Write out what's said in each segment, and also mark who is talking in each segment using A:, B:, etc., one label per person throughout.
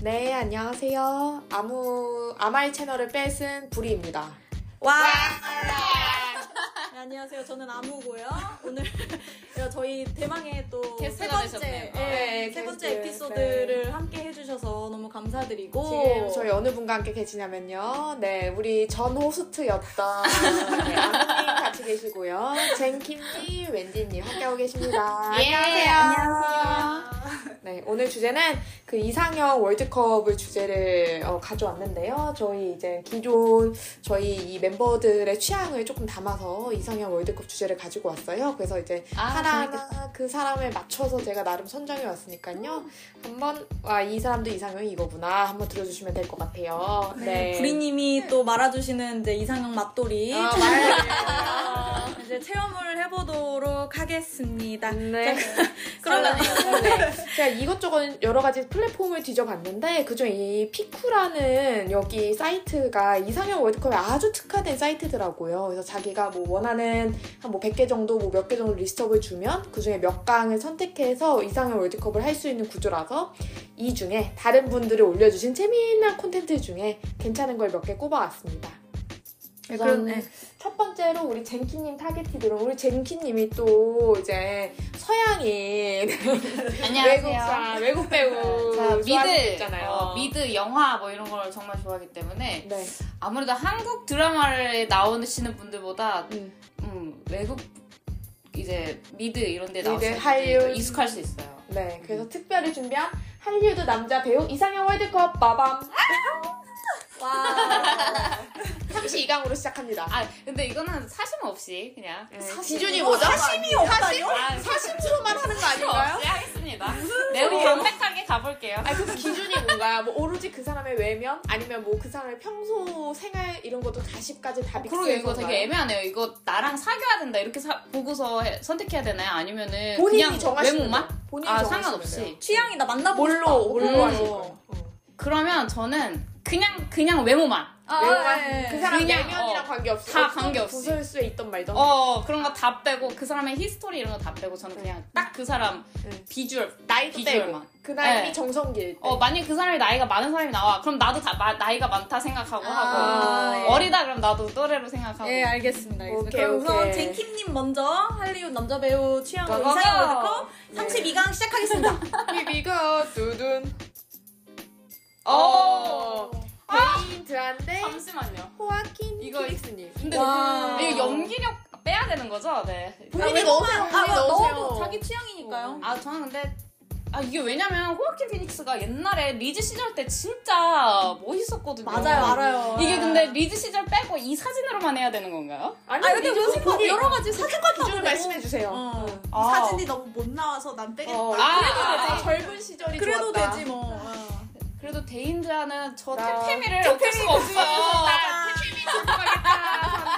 A: 네, 안녕하세요. 아무 아마이 채널을 뺏은 부리입니다.
B: 와! 네, 안녕하세요. 저는 아무고요. 오늘 저희 대망의 또 세
C: 게스트가
B: 번째
C: 되셨네요.
B: 예,
A: 네,
B: 세 번째
A: 게스트,
B: 에피소드를 함께 해주셔서 너무 감사드리고
A: 지금 저희 어느 분과 함께 계시냐면요. 네, 우리 전 호스트였던 네, 아무님 같이 계시고요. 젠킴님, wendy님 함께하고 계십니다.
C: 예,
A: 네, 오늘 주제는 그 이상형 월드컵을 주제를 어, 가져왔는데요. 저희 이제 기존 저희 이 멤버들의 취향을 조금 담아서 이상형 월드컵 주제를 가지고 왔어요. 그래서 이제
C: 아,
A: 하나하나 그 사람에 맞춰서 제가 나름 선정해 왔으니까요. 한번 아 이 사람도 이상형이 이거구나 한번 들어주시면 될 것 같아요. 네.
B: 부리님이 또 말아주시는 이제 이상형 맛돌이
A: 아, 말.
B: 이제 체험을 해보도록 하겠습니다.
A: 네.
B: 그럼
A: 네. 제가 이것저것 여러 가지 플랫폼을 뒤져봤는데 그중 이 피쿠라는 여기 사이트가 이상형 월드컵에 아주 특화된 사이트더라고요. 그래서 자기가 뭐 원하는 한 뭐 100개 정도 뭐 몇 개 정도 리스트업을 주면 그중에 몇 강을 선택해서 이상형 월드컵을 할 수 있는 구조라서 이 중에 다른 분들이 올려주신 재미난 콘텐츠 중에 괜찮은 걸 몇 개 꼽아왔습니다. 그래서
B: 그럼, 네.
A: 첫 번째로 우리 젠키님 타겟팅으로 우리 젠키님이 또 이제 서양인 외국
C: 안녕하세요.
A: 사람, 외국 배우
C: 자,
A: 좋아하는 분
C: 미드,
A: 있잖아요.
C: 어, 미드 영화 뭐 이런 걸 정말 좋아하기 때문에
A: 네.
C: 아무래도 한국 드라마를 나오시는 분들보다
A: 음.
C: 음, 외국 이제 미드 이런 데 네, 나오시는
A: 미드, 한류.
C: 분들이 더 익숙할 수 있어요.
A: 네. 그래서 특별히 준비한 한류드 남자 배우 이상형 월드컵 마밤
B: 와
A: 32강으로 시작합니다.
C: 아 근데 이거는 사심 없이 그냥
A: 기준이 뭐죠?
B: 사심이 없다요?
C: 아,
A: 사심으로만 네, 하는 거
C: 사심
A: 아닌가요?
C: 없이 하겠습니다. 매우 담백하게 가볼게요.
A: 아니 그래서 기준이 뭔가요? 뭐 오로지 그 사람의 외면 아니면 뭐 그 사람의 평소 생활 이런 것도 다시까지 다 믹스해서
C: 어, 아, 그러게 이거 되게
A: 나요?
C: 애매하네요. 이거 나랑 사귀어야 된다 이렇게 사- 보고서 해- 선택해야 되나요? 아니면은
A: 본인이
C: 그냥
A: 정하시는
C: 외모만?
A: 거예요. 본인이
C: 아
A: 정하시는
C: 상관없이.
A: 거예요.
B: 취향이 나 만나보고 싶다.
A: 뭘로 뭘로
C: 음.
A: 하실 거예요?
C: 그러면 저는 그냥 그냥 외모만.
B: 아,
A: 외모와
B: 예.
A: 그 사람
C: 그냥,
A: 내면이랑
C: 어,
A: 관계없이
C: 다
A: 어떤
C: 관계없이.
A: 구설수에 있던 말던
C: 어 그런 거 다 빼고 그 사람의 히스토리 이런 거 다 빼고 저는 그냥 딱 그 사람
A: 네.
C: 비주얼
A: 나이도 음. 빼고
C: 비주얼만.
A: 그 나이
C: 네.
A: 정성기일 때
C: 어 만약 그 사람이 나이가 많은 사람이 나와 그럼 나도 다 마- 나이가 많다 생각하고
B: 아,
C: 하고
B: 예.
C: 어리다 그럼 나도 또래로 생각하고.
B: 예, 알겠습니다. 알겠습니다.
A: 오케이,
B: 그럼 우선
A: 오케이.
B: 젠킴님 먼저 할리우드 남자 배우 취향으로
C: 고고고!
B: 이상형 월드컵 32강 시작하겠습니다.
A: 비비가 두둔
C: 어.
A: 아. 베인드한데
C: 잠시만요.
A: 호아킨
C: 이거-
A: 피닉스님
C: 근데 그
B: 와.
C: 이거 연기력 빼야 되는 거죠? 네.
A: 본인이
B: 넣으세요.
A: 넣으세요.
B: 아,
A: 넣으세요.
B: 넣어도 자기 취향이니까요.
C: 아 저는 근데 아 이게 왜냐면 호아킨 피닉스가 옛날에 리즈 시절 때 진짜 멋있었거든요.
B: 맞아요, 알아요.
C: 이게 근데 리즈 시절 빼고 이 사진으로만 해야 되는 건가요?
A: 아니
B: 아 근데
A: 이거
B: 요새 뭐
A: 본인
B: 여러 가지 사진 같은
A: 기준을 말씀해 주세요
B: 어.
C: 아.
D: 사진이 너무 못 나와서 난 빼겠다.
A: 어,
C: 아,
A: 그래도
C: 아,
A: 되지.
C: 아.
A: 젊은 시절이
B: 그래도
A: 좋았다.
B: 되지 뭐.
C: 그래도 데인드라는 저
A: 나-
C: 태태미를 어쩔 수가
B: 아,
C: 없어요.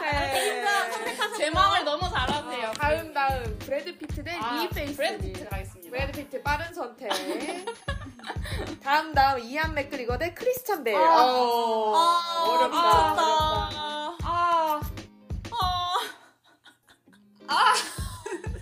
A: 네.
C: 제 마음을 너무 잘 아세요.
A: 다음 다음 브래드 피트 대
C: 아,
A: 리페이스
C: 브래드 피트 가겠습니다.
A: 브래드 피트 빠른 선택 다음 다음 이안 맥그리거 대 크리스찬 베일
B: 아.
A: 어,
B: 아,
A: 어렵다
B: 미쳤다.
C: 아,
B: 아,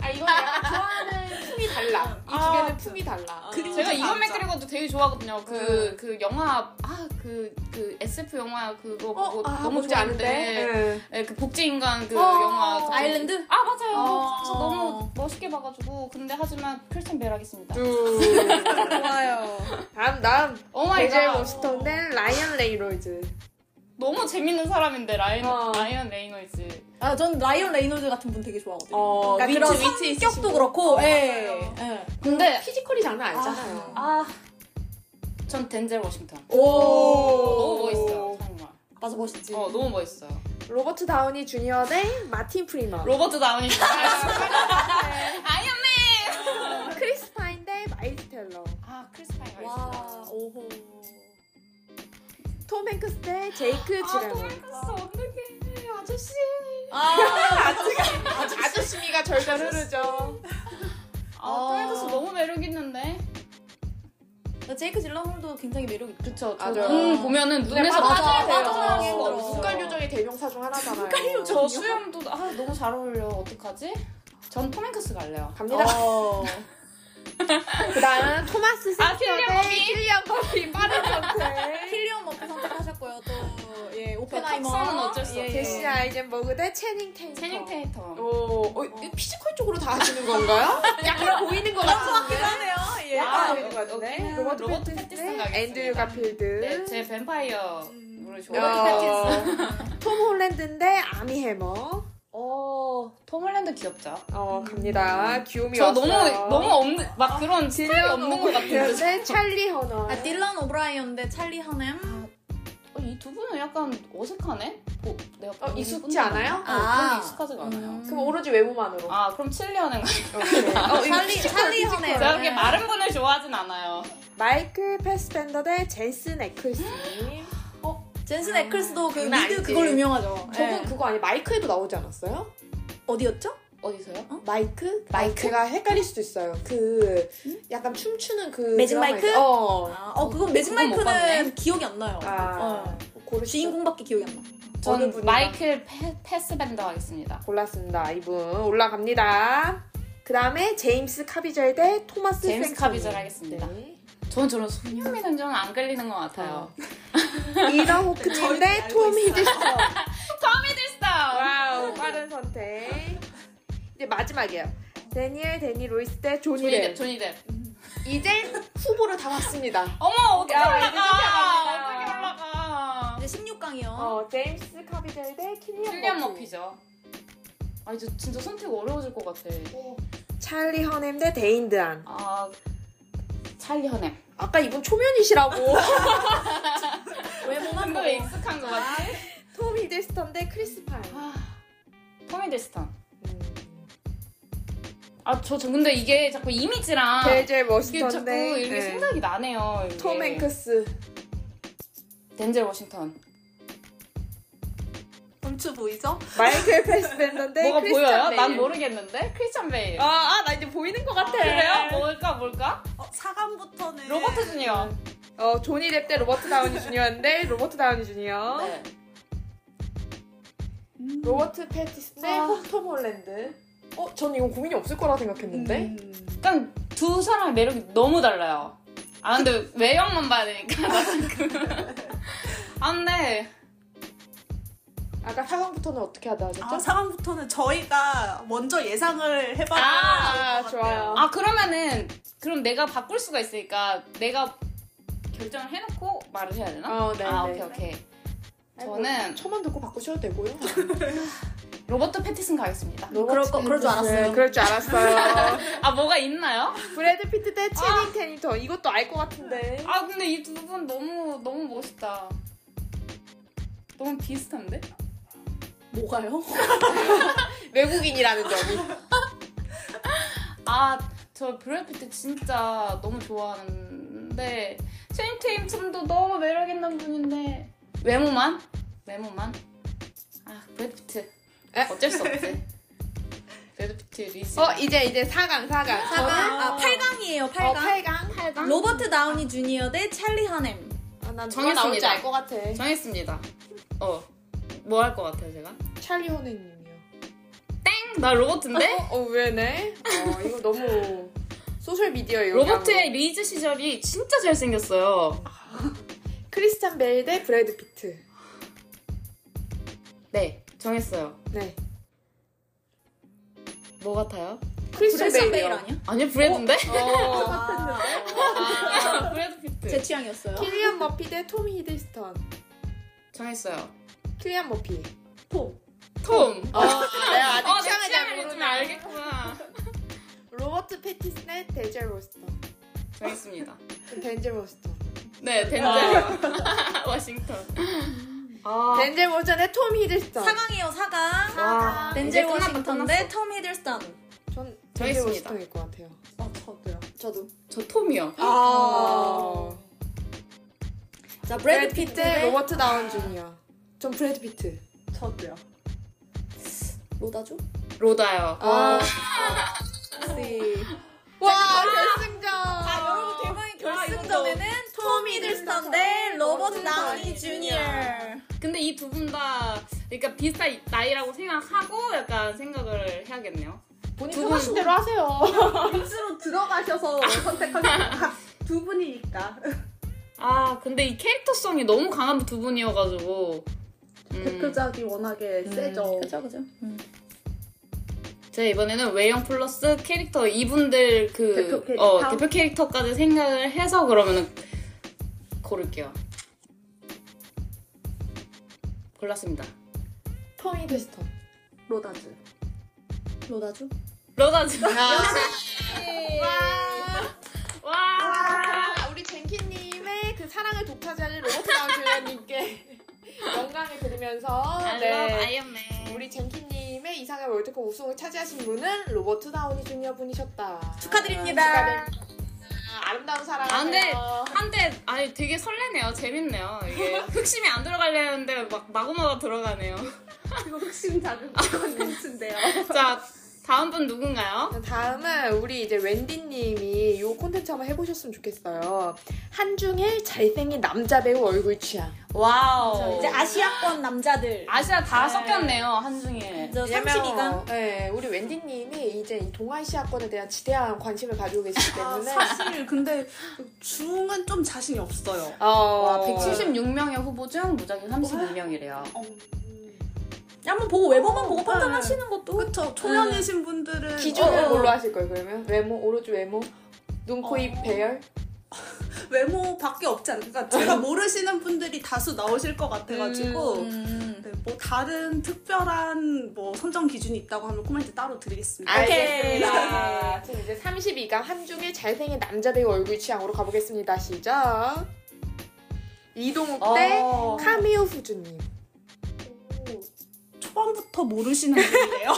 A: 아 이건 약간 좋아하는 품이 달라 이 두
B: 아.
A: 개는 품이 달라
D: 그림
C: 제가
D: 진짜
C: 이건
D: 진짜.
C: 맥그리거도 되게 좋아하거든요. 그 그 영화 아 그 그 SF 영화 그거 보고
A: 아,
C: 너무
A: 뭔지
C: 어, 좋아하는데
A: 아는데? 네.
C: 예, 그 복제인간 그
A: 어,
C: 영화 갑자기-
B: 아일랜드?
C: 아 맞아요
B: 어.
C: 그래서 너무 멋있게 봐가지고 근데 하지만 크리스찬 벨 하겠습니다
A: 음. 두
B: 좋아요.
A: 다음 다음 베젤
C: 어 오마이갓
A: 워스턴 대 라이언 레이놀즈
C: 너무 재밌는 사람인데 라이언,
A: 어.
C: 라이언 레이노이즈
B: 아, 전 라이언 레이놀즈 같은 분 되게 좋아하거든요.
A: 어,
B: 그러니까
A: 위트,
B: 그런
A: 위트 있으신
B: 성격도 그렇고,
A: 분.
B: 예. 예.
C: 근데
A: 피지컬이 장난 아니잖아요
C: 아전 덴젤 워싱턴
A: 오
C: 너무 멋있어요 정말
B: 맞아, 멋있지.
C: 어 너무 멋있어요
A: 로버트 다우니 주니어 대 마틴 프리먼
C: 로버트 다우니 아이언맨
A: 크리스 파인 대 마일스 텔러
C: 아 크리스 파인
B: 와,
C: 멋있어
B: 오호.
A: 톰 행크스 대 제이크
C: 아
A: 지레노
C: 도망갔어 어떡해 아저씨
B: 아,
A: 아저씨미가 절절 흐르죠
C: 아 도망갔어 너무 매력 있는데
B: 나 아, 제이크 질러홀도 굉장히 매력있다. 어.
C: 그쵸
A: 맞아요.
C: 저도 눈 음, 보면은
A: 네,
C: 눈에서
B: 음, 맞아,
C: 빠져야 돼요
B: 맞아.
C: 수가 없어.
A: 뭐 눈깔 요정의 대명사 중 하나잖아요 눈깔
C: 저 수염도 아 너무 잘 어울려 어떡하지? 전 톰 행크스 갈래요
A: 갑니다
B: 어.
A: 그다음 토마스
C: 아, 킬리언
A: 센터의
C: 머비.
A: 킬리언 머비 빠른 선택.
B: 킬리언 머프 선택하셨고요. 또 예, 오펜하이머. 예,
C: 턱선은 어쩔 수 없어.
A: 제시 아이젠버그 대 채닝 테이터.
C: 채닝 테이터.
A: 오, 어, 이거 피지컬 쪽으로 다 하시는 건가요? 약간 보이는 것 같은데.
D: 그러네요. 예.
A: 아,
C: 네.
A: 보이는 것 같은데.
C: 오케이.
A: 로버트,
C: 로버트
A: 패틴슨,
C: 패틴슨 가겠습니다.
A: 앤드류 가필드.
C: 네, 제 뱀파이어. 물을 좋아해요.
A: 어, 톰 홀랜드인데 아미 해머.
C: 어, 톰 홀랜드 귀엽죠?
A: 어 갑니다. 귀요미
C: 저
A: 왔어요.
C: 너무 너무 없는 막 그런 스타일이 없는 것 같은데.
A: 그런데 찰리 허너.
B: 아, 딜런 오브라이언데 찰리 하넴.
C: 어, 이두 분은 약간 어색하네. 어, 내가
A: 어,
C: 본인
A: 익숙지
C: 분들-
A: 않아요?
C: 어,
B: 아.
C: 그런 게 익숙하지가 않아요.
A: 그럼 오로지 외모만으로.
C: 아, 그럼 칠리언은
A: 오케이. 어, 이거
B: 찰리 찰리 하넴. 예.
C: 제가 그렇게 마른 분을 좋아하진 않아요.
A: 마이클 패스펜더 대 젠슨 에클스.
B: 젠슨 에클스도 그
C: 장난
B: 미드
C: 아니지.
B: 그걸 유명하죠.
A: 저분
B: 예.
A: 그거 아니 마이크에도 나오지 않았어요?
B: 어디였죠?
C: 어디서요?
A: 마이크? 마이크? 제가 헷갈릴 수도 있어요. 그 약간 춤추는 그
B: 매직
A: 드라마
B: 마이크?
A: 있- 어.
B: 아, 어 그건 매직
C: 그건 못 봤네.
B: 마이크는 기억이 안 나요.
A: 아.
B: 어.
A: 고르
B: 주인공밖에 기억이 안 나.
A: 어느
C: 전
A: 분이랑?
C: 마이클 패, 패스밴더 하겠습니다.
A: 골랐습니다. 이분 올라갑니다. 그 다음에 제임스 카비절 대 토마스
C: 제임스
A: 생크니.
C: 카비절 하겠습니다.
A: 네.
C: 저는 저런 어. 손흥민 선수는 안 끌리는 것 같아요.
A: 어. 이더 호크님 대
D: 알고
A: 톰
D: 있어요.
A: 히들스턴.
C: 미들스타
A: 와우 빠른 선택. 이제 마지막이에요. 데니엘 데니 로이스 대 조니
C: 조니
A: 데
C: 뎁, 조니 뎁.
A: 이제 후보로 다 왔습니다.
C: 어머 어떻게
A: 야,
C: 올라가?
A: 이제 쫓겨갑니다.
C: 어떻게 올라가?
B: 이제 16강이요.
A: 어 제임스 카비델 대
C: 킬리언
A: 킬리안 머피.
C: 머피죠. 아 이제 진짜 선택 어려워질 것 같아.
A: 찰리 허넴 대 데인드안.
C: 아 찰리 허넴.
A: 아까 이분 초면이시라고.
B: 외모만 보고.
C: 뭔가 익숙한 것 같아.
A: 톰 히들스턴 대 크리스 파인.
C: 아, 토미들스턴.
A: 음.
C: 아저 저 근데 이게 자꾸 아, 이미지랑
A: 벨젤
C: 이게 자꾸
A: 워싱턴데. 네.
C: 이렇게 생각이 나네요. 이게.
A: 톰 행크스.
C: 덴젤 워싱턴.
D: 엄추 보이죠?
A: 마이클 패스벤더인데
C: 뭐가
A: 네, 크리스찬
C: 보여요?
A: 베일.
C: 난 모르겠는데. 크리스찬 베일.
A: 아, 아, 나 이제 보이는 것 같아. 네.
C: 그래요? 뭘까 뭘까?
D: 어, 4강부터는
C: 로버트 주니어.
A: 어, 조니 뎁 대 로버트 다우니 주니어인데 로버트 다우니 주니어.
C: 네.
A: 로버트 패티슨 대
C: 아.
A: 톰 홀랜드. 어, 전 이건 고민이 없을 거라 생각했는데.
C: 음,
B: 음,
C: 일단 두 사람의 매력이 너무 달라요. 아 근데 외형만 봐야 되니까. 나 지금. 아 근데
A: 아까 사강부터는 어떻게 하다 하셨죠?
D: 아, 4강부터는 저희가 먼저 예상을 해봐야
C: 아,
D: 좋을 것 같아요.
C: 아 그러면은 그럼 내가 바꿀 수가 있으니까 내가 결정을 해놓고 말을 해야 되나?
A: 어, 네,
C: 아
A: 네.
C: 오케이 오케이.
A: 아니, 뭐,
C: 저는
A: 초만 듣고 바꾸셔도 되고요.
C: 로버트 패티슨 가겠습니다.
B: 그럴 거- 그럴 줄 알았어요.
A: 네, 그럴 줄 알았어요.
C: 아 뭐가 있나요?
A: 브래드 피트 대 체닝 테니턴. 이것도 알 것 같은데.
C: 아 근데 이 두 분 너무 너무 멋있다. 너무 비슷한데?
B: 뭐가요?
A: 외국인이라는 점이.
C: 아 저 브래드 피트 진짜 너무 좋아하는데 체인 테임 춤도 너무 매력 있는 분인데 외모만 외모만 아 브래드 피트
A: 에?
C: 어쩔 수 없지. 브래드 피트 리즈.
A: 어, 이제 이제 사강사강
B: 4강? 아, 8강이에요, 8강.
A: 어, 8강. 8강.
B: 로버트 다우니 주니어 대 찰리 하넴.
A: 아, 난
C: 정했습니다.
A: 정해 나올지 알 것 같아.
C: 정했습니다. 어. 뭐 할 것 같아요, 제가?
A: 찰리 호네님이요.
C: 땡! 나 로버트인데?
A: 어, 왜네? 어, 이거 너무 소셜미디어에 요
C: 로버트의 리즈 시절이 진짜 잘생겼어요.
A: 뭐 크리스찬 베일 대 브래드 피트.
C: 네, 정했어요.
A: 네.
C: 뭐 같아요?
A: 크리스찬
B: 브레슨 베일
A: 베일이요.
B: 아니야?
C: 아니요, 브래드인데?
A: 어.
C: 아, 브래드 피트.
B: 제 취향이었어요.
A: 킬리안 머피 대 톰 히들스턴.
C: 정했어요.
A: 킬리안 머피.
B: 폼.
C: 톰!
A: 어, 내가 아직
C: 어,
A: 취향을
C: 내
A: 잘
C: 취향을 좀
A: 모르네.
C: 알겠구나.
A: 로버트 패티슨 대 덴젤 워스턴.
C: 정했습니다.
A: 덴젤 워스턴.
C: 네, 덴젤. 워싱턴. 아.
A: 덴젤 워스턴 대 톰 히들스턴.
B: 4강이에요, 4강.
C: 와.
B: 덴젤
C: 이제 끝났다,
B: 워싱턴
C: 끝났어.
B: 대톰 히들스턴.
A: 전
C: 저
A: 덴젤
C: 있습니다.
A: 워스턴일 것 같아요.
B: 아, 저도요. 저도.
C: 저 톰이요.
A: 아.
B: 자,
A: 브래드
B: 브래드
A: 피트
B: 피트
A: 대
B: 로
A: 로버트 다운 주니어. 전 브래드 피트.
D: 저도요.
B: 로다죠?
C: 로다요.
A: 아.
B: 네.
A: 와, 결승전.
B: 아, 여러분 대망의
D: 와, 이것도
B: 결승전에는 톰 히들스턴 대 로버트 다우니 주니어.
C: 근데 이 두 분 다 그러니까 비슷한 나이라고 생각하고 약간 생각을 해야겠네요.
A: 본인
C: 두
A: 편하신
C: 분-
A: 대로 하세요.
D: 빅스로 들어가셔서 선택하게 각두 분이니까.
C: 아 근데 이 캐릭터성이 너무 강한 두 분이어가지고 음,
D: 대표작이 워낙에
C: 음.
D: 세죠.
B: 그죠 그죠. 음.
C: 제가 이번에는 외형 플러스 캐릭터 이분들 그
D: 대표 캐릭터?
C: 어, 대표 캐릭터까지 생각을 해서 그러면은 고를게요. 골랐습니다.
A: 터미드스턴.
D: 로다즈.
B: 로다주.
C: 로다즈. 와.
A: 아, 우리 젠키님의 그 사랑을 독차지하는 로버트 다운주연님께 영광을 드리면서 네,
C: I love 아이언맨.
A: 우리 젠키님의 이상한 월드컵 우승을 차지하신 분은 로버트 다우니 주니어 분이셨다.
D: 축하드립니다. 네.
A: 축하드립니다. 아름다운 사랑.
C: 아, 근데 한데 아니 되게 설레네요. 재밌네요. 이게 흑심이 안 들어가려는데 막 마구마구 들어가네요.
D: 이거 흑심 작은 콘텐츠인데요.
C: 자 다음 분 누군가요?
A: 다음은 우리 이제 wendy님이 이 콘텐츠 한번 해보셨으면 좋겠어요. 한중일 잘생긴 남자 배우 얼굴 취향.
C: 와우.
B: 이제 아시아권 남자들.
C: 아시아 다
B: 네.
C: 섞였네요 한중에.
B: 저
A: 왜냐면,
B: 32강.
A: 네, 우리 wendy님이 이제 이 동아시아권에 대한 지대한 관심을 가지고 계시기
D: 아,
A: 때문에.
D: 사실 근데 중은 좀 자신이 없어요.
A: 어,
C: 와 176명의 후보 중 무작위 32명이래요.
B: 한번 보고 외모만 보고
D: 어,
B: 판단하시는 것도.
D: 그쵸. 초면이신 분들은
A: 기준을
D: 어, 어.
A: 뭘로 하실 거예요, 그러면? 외모, 오로지 외모? 눈, 코,
D: 어.
A: 입, 배열?
D: 외모밖에 없지 않을까. 제가 모르시는 분들이 다수 나오실 것 같아가지고.
B: 음.
D: 네, 뭐 다른 특별한 뭐 선정 기준이 있다고 하면 코멘트 따로 드리겠습니다.
B: 아이.
A: 알겠습니다. 지금 이제 32강 한중의 잘생긴 남자 배우 얼굴 취향으로 가보겠습니다. 시작. 이동욱 대
C: 어.
A: 카미오 후주님.
D: 초반부터 모르시는 분이에요.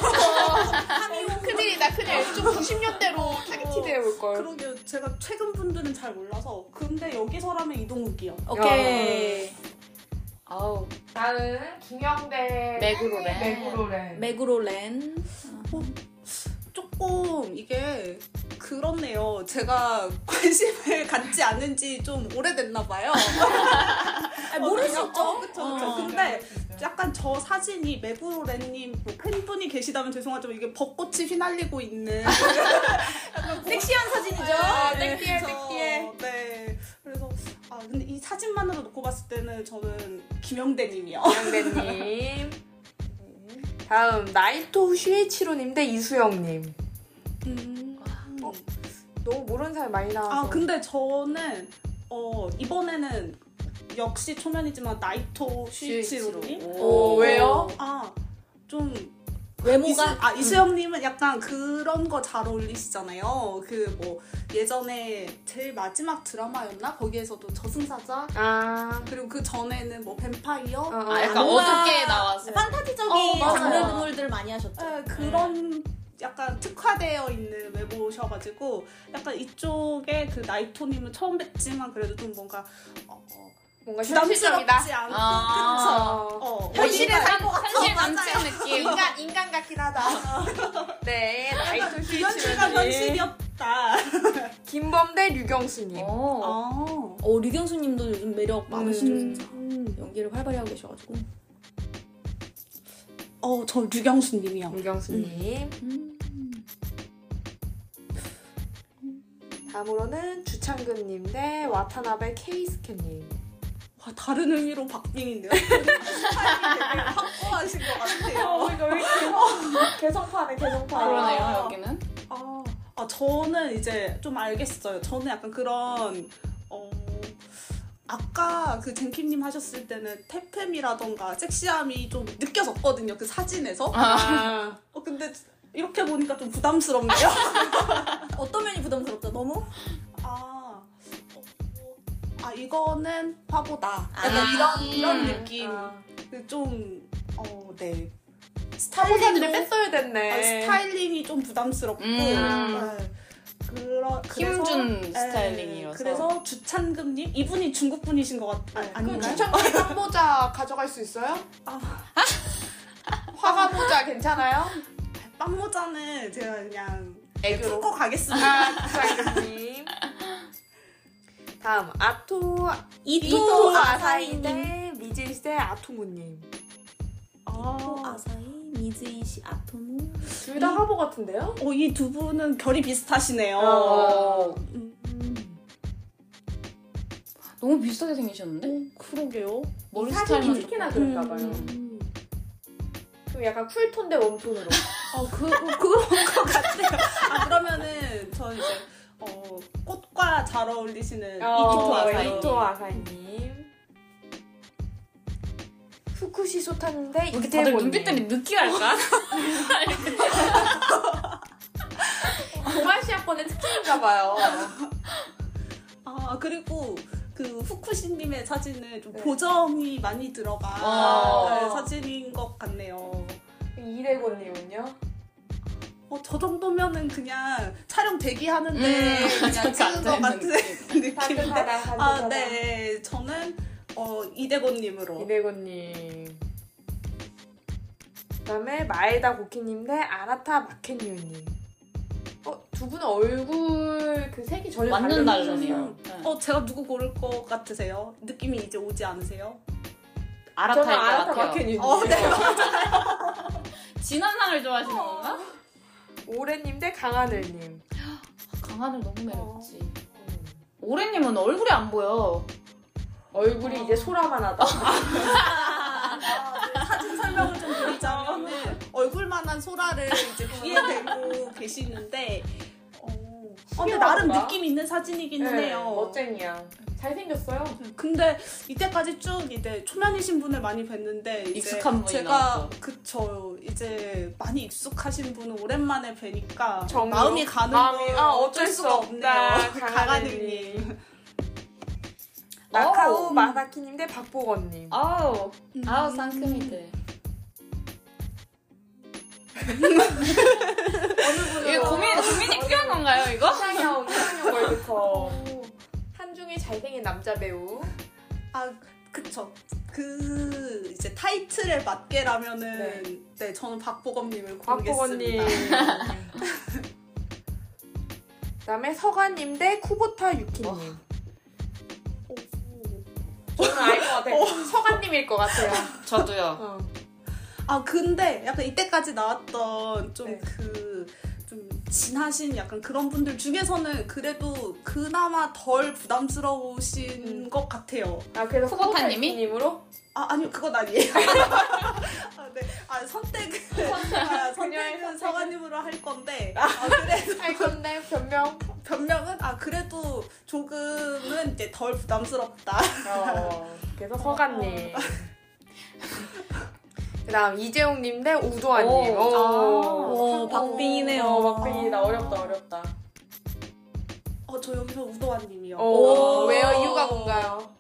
A: 큰일이다, 큰일. 좀 90년대로 타겟팅해 볼 걸.
D: 그러게요. 제가 최근 분들은 잘 몰라서. 근데 여기서라면 이동욱이요.
B: 오케이.
C: 아우
A: 나는 김영대
C: 맥으로래.
A: 맥으로래.
B: 메그로렌.
D: 조금 이게 그렇네요. 제가 관심을 갖지 않은 지 좀 오래됐나 봐요.
B: 아, 모를 수
D: 어,
B: 있죠.
D: 그쵸,
B: 어.
D: 그쵸. 근데 약간 저 사진이 메브로렌님 뭐 팬분이 계시다면 죄송하지만 이게 벚꽃이 휘날리고 있는
B: 섹시한 사진이죠.
A: 아,
B: 아, 네.
A: 땡띠에,
D: 그래서,
A: 땡띠에.
D: 네. 그래서 아 근데 이 사진만으로 놓고 봤을 때는 저는 김영대님이요.
A: 김영대님. 다음, 나이토 슈에치로님 대 이수영님.
B: 음.
D: 어,
A: 너무 모르는 사람 많이 나와서.
D: 아 근데 저는 어 이번에는 역시 초면이지만 나이토 슈이치로님.
A: 오, 왜요?
D: 아, 아좀
B: 외모가.
D: 아 이수영님은 약간 그런 거 잘 어울리시잖아요. 그 뭐 예전에 제일 마지막 드라마였나 거기에서도 저승사자
A: 아.
D: 그리고 그 전에는 뭐 뱀파이어
A: 어, 어.
C: 아, 약간
B: 뭔가
C: 어둡게 네. 나왔어요.
B: 판타지적인
D: 어, 맞아요.
B: 장르물들 많이 하셨죠.
D: 네, 그런 약간 특화되어 있는 외모셔가지고 약간 이쪽에 그 나이토님은 처음 뵙지만 그래도 좀 뭔가 어, 어,
A: 뭔가 현실적이다.
D: 부담스럽지 않고
C: 아.
D: 그쵸? 어,
C: 현실에
D: 어디가-
C: 산- 현실 감추는 느낌.
A: 인간, 인간 같긴 하다. 네, 나이토
D: 그 현실과
A: 슈에치로님.
D: 현실이었다.
A: 김범대 류경수님.
C: 오.
D: 어.
B: 어, 류경수 님도 요즘 매력 많으시죠.
A: 음.
B: 진짜. 연기를 활발히 하고 계셔가지고.
D: 어, 저 류경수님이요.
A: 류경수님. 다음으로는 주창근님 대 와타나베 케이스케님.
D: 와, 다른 의미로 박빙인데요? 스타일이 되게 확고하신 것 같아요. 어.
A: 이거 왜 개성파네,
C: 어.
A: 개성파.
C: 그러네요 여기는.
D: 아, 아, 저는 이제 좀 알겠어요. 저는 약간 그런 어 아까 그 젠킴님 하셨을 때는 태팸이라던가 섹시함이 좀 느껴졌거든요. 그 사진에서.
A: 아,
D: 어, 근데 이렇게 보니까 좀 부담스럽네요.
B: 어떤 면이 부담스럽죠? 너무?
D: 아, 어, 어, 아 이거는 화보다.
C: 아.
D: 약간 이런 이런 느낌.
A: 아.
D: 그좀 어, 네.
A: 사진들을
D: 스타일링도-
A: 뺐어야 됐네.
D: 아, 스타일링이 좀 부담스럽고
C: 음.
D: 네. 그러, 그래서-
C: 힘준
D: 네.
C: 스타일링이어서.
D: 그래서 주찬금님 이분이 중국 분이신 것 같, 아,
A: 네, 그럼
D: 아닌가요?
A: 주창근 쌍모자 가져갈 수 있어요?
D: 아.
A: 화가 모자 괜찮아요?
D: 빵모자는 제가 그냥
A: 애교로.
D: 품고 가겠습니다.
A: 네, 아, 주창근님. 다음 아토
B: 이토,
A: 이토
B: 아사히
A: 아사히
B: 님.
A: 대 미질세 아토무님.
D: 아, 아.
B: 아사히 미즈이시 아토모
A: 둘 다 화보 같은데요?
D: 어, 이 두 분은 결이 비슷하시네요.
A: 어.
C: 너무 비슷하게 생기셨는데?
D: 오, 그러게요.
C: 머리
A: 사진이
C: 스타일만
A: 특히나
C: 좋고.
A: 그런가 봐요.
C: 음.
A: 좀 약간 쿨톤대 웜톤으로.
D: 어, 그, 어, 그런 것 같아요. 아, 그러면은, 저 이제, 어, 꽃과 잘 어울리시는 이키토 아사히.
A: 이토 아사히님. 후쿠시 쏟았는데
C: 우리
A: 이때
C: 다들 눈빛들이 느끼할까?
A: 고마시아권의 특징인가봐요.
D: 아, 그리고 그 후쿠시님의 사진은 좀
A: 네.
D: 보정이 많이 들어간
C: 아.
D: 네, 사진인 것 같네요.
A: 이래곤님은요?
D: 어, 저 정도면은 그냥 촬영 대기하는데
C: 음,
D: 그냥
C: 잠깐
D: 찍은 것
C: 앉아있는
D: 같은 느낌인데.
A: 따뜻하다, 따뜻하다.
D: 아, 네. 저는 어, 이대곤님으로.
A: 이대곤님. 그다음에 마에다 고키님 대 아라타 마켄유님. 어, 두 분은 얼굴 그 색이 전혀 음.
C: 완전
A: 다르네요.
C: 다르네요. 네.
D: 어, 제가 누구 고를 것 같으세요? 느낌이 이제 오지 않으세요?
A: 저는
C: 아라타일 것
A: 아라타
C: 같아요.
A: 마켄유님.
D: 어, 네.
C: 진한 상을 좋아하시는 건가?
A: 오래님 대 강하늘님.
C: 강한을 너무 매력있지. 오래님은 어. 얼굴이 안 보여.
A: 얼굴이 이제 소라만
D: 어.
A: 하다.
D: 사진 설명을 좀 드리자면 얼굴만한 소라를 이제 귀에 대고 계시는데 어, 어, 근데 나름
A: 신기하다.
D: 느낌 있는 사진이기는
A: 네,
D: 해요.
A: 멋쟁이야. 잘생겼어요.
D: 근데 이때까지 쭉 이제 초면이신 분을 많이 뵀는데 이제
C: 익숙한 분이
D: 제가
C: 나왔죠.
D: 그쵸 이제 많이 익숙하신 분은 오랜만에 뵈니까
A: 정으로?
D: 마음이 가는
A: 마음이-
D: 거
A: 아,
D: 어쩔
A: 어쩔
D: 수가
A: 수
D: 없네요.
A: 없다.
D: 강하늘님.
A: 나카오
C: 어우.
A: 마사키님 대 박보건님.
C: 아우,
D: 음.
C: 아우, 상큼이들. 이게 고민, 고민이 필요한 건가요, 이거?
A: 이상형, 이상형 월드컵. 한중의 잘생긴 남자 배우.
D: 아 그쵸 그 이제 타이틀에 맞게라면은 네, 저는 박보검님을
A: 박보건님.
D: 고르겠습니다.
A: 그다음에 서가님 대 쿠보타 유키님. 저는 알 것 같아. 요 서가님일 것 같아요.
C: 저도요.
A: 어.
D: 아 근데 약간 이때까지 나왔던
A: 네.
D: 좀 그 좀 진하신 약간 그런 분들 중에서는 그래도 그나마 덜 부담스러우신
A: 음.
D: 것 같아요.
A: 아 그래서
C: 쿠보타님이?
A: 쿠보타님으로
D: 아 아니요 그건 아니에요. 아, 네. 아 선택은 아,
A: 그녀의
D: 선택은
A: 선택은?
D: 서가님으로 할 건데 아, 그래도
A: 할 건데 변명.
D: 변명은 아 그래도 조금은 이제 덜 부담스럽다.
A: 어. 그래서
C: 네.
A: 서가님.
C: 어.
A: 그다음 이재용님 대 우도환님.
C: 오.
A: 아. 오.
D: 오, 박빙이네요.
A: 어, 막빙이다. 어렵다, 어렵다.
D: 어 저 여기서 우도환님이요.
A: 어.
D: 어,
A: 오. 왜요? 이유가 뭔가요?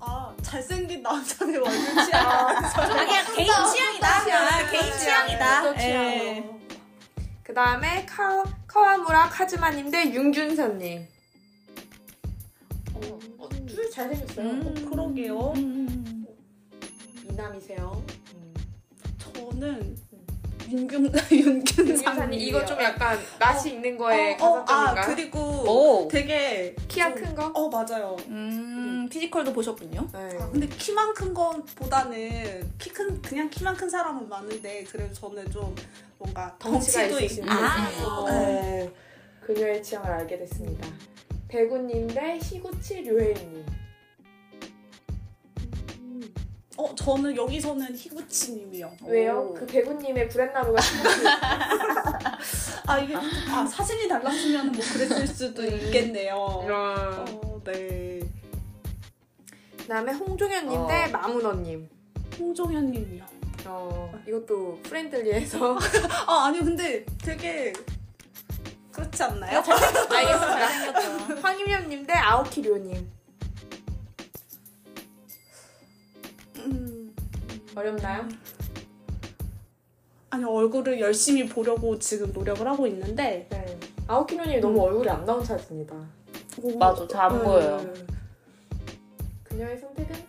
D: 아 잘생긴 남자네 완전 취향. 네.
B: 자기야 아, 개인 취향이다
A: 취향이다.
B: 아, 그냥 개인 취향이다 예.
A: 또 취향. 그 다음에 카와무라 카즈마님 대 윤준서님. 어, 둘 잘생겼어요.
D: 어,
B: 음.
D: 그러게요.
A: 미남이세요.
D: 저는 윤균 윤균상
A: 윤준서님 이거 좀 약간 낯이 있는 거에
D: 아
A: 가산점인가요? 어?
D: 그리고
C: 오.
D: 되게
A: 키가
D: 좀-
A: 큰 거?
D: 어 맞아요.
B: 음 피지컬도 보셨군요
A: 네.
D: 아, 근데 키만 큰 것보다는 키 큰 그냥 키만 큰 사람은 많은데 그래도 저는 좀 뭔가
A: 덩치가
D: 덩치도
A: 있으신
D: 있고.
A: 분.
D: 어,
B: 아.
D: 네.
A: 그녀의 취향을 알게 됐습니다. 배구님 대 시구치 류혜님.
D: 어 저는 여기서는 희구치님이요.
A: 왜요? 그 배구님의 브랜나루가
D: 아 이게 아 사진이 달랐으면 뭐 그랬을 수도
A: 음.
D: 있겠네요.
A: 어.
D: 어, 네.
A: 그 다음에 홍종현님
C: 어.
A: 대 마문어님.
D: 홍종현님이요.
A: 어, 이것도 프렌들리해서
D: 아 아니요 근데 되게 그렇지 않나요?
A: 알겠습니다. 황임영님 대 아오키료님.
D: 음,
A: 어렵나요?
D: 아니 얼굴을 열심히 보려고 지금 노력을 하고 있는데
A: 네. 아오키료님 너무
C: 음.
A: 얼굴이 안 나온 사진이다.
D: 오,
C: 맞아, 잘안
D: 네.
C: 보여요.
A: 그녀의 선택은?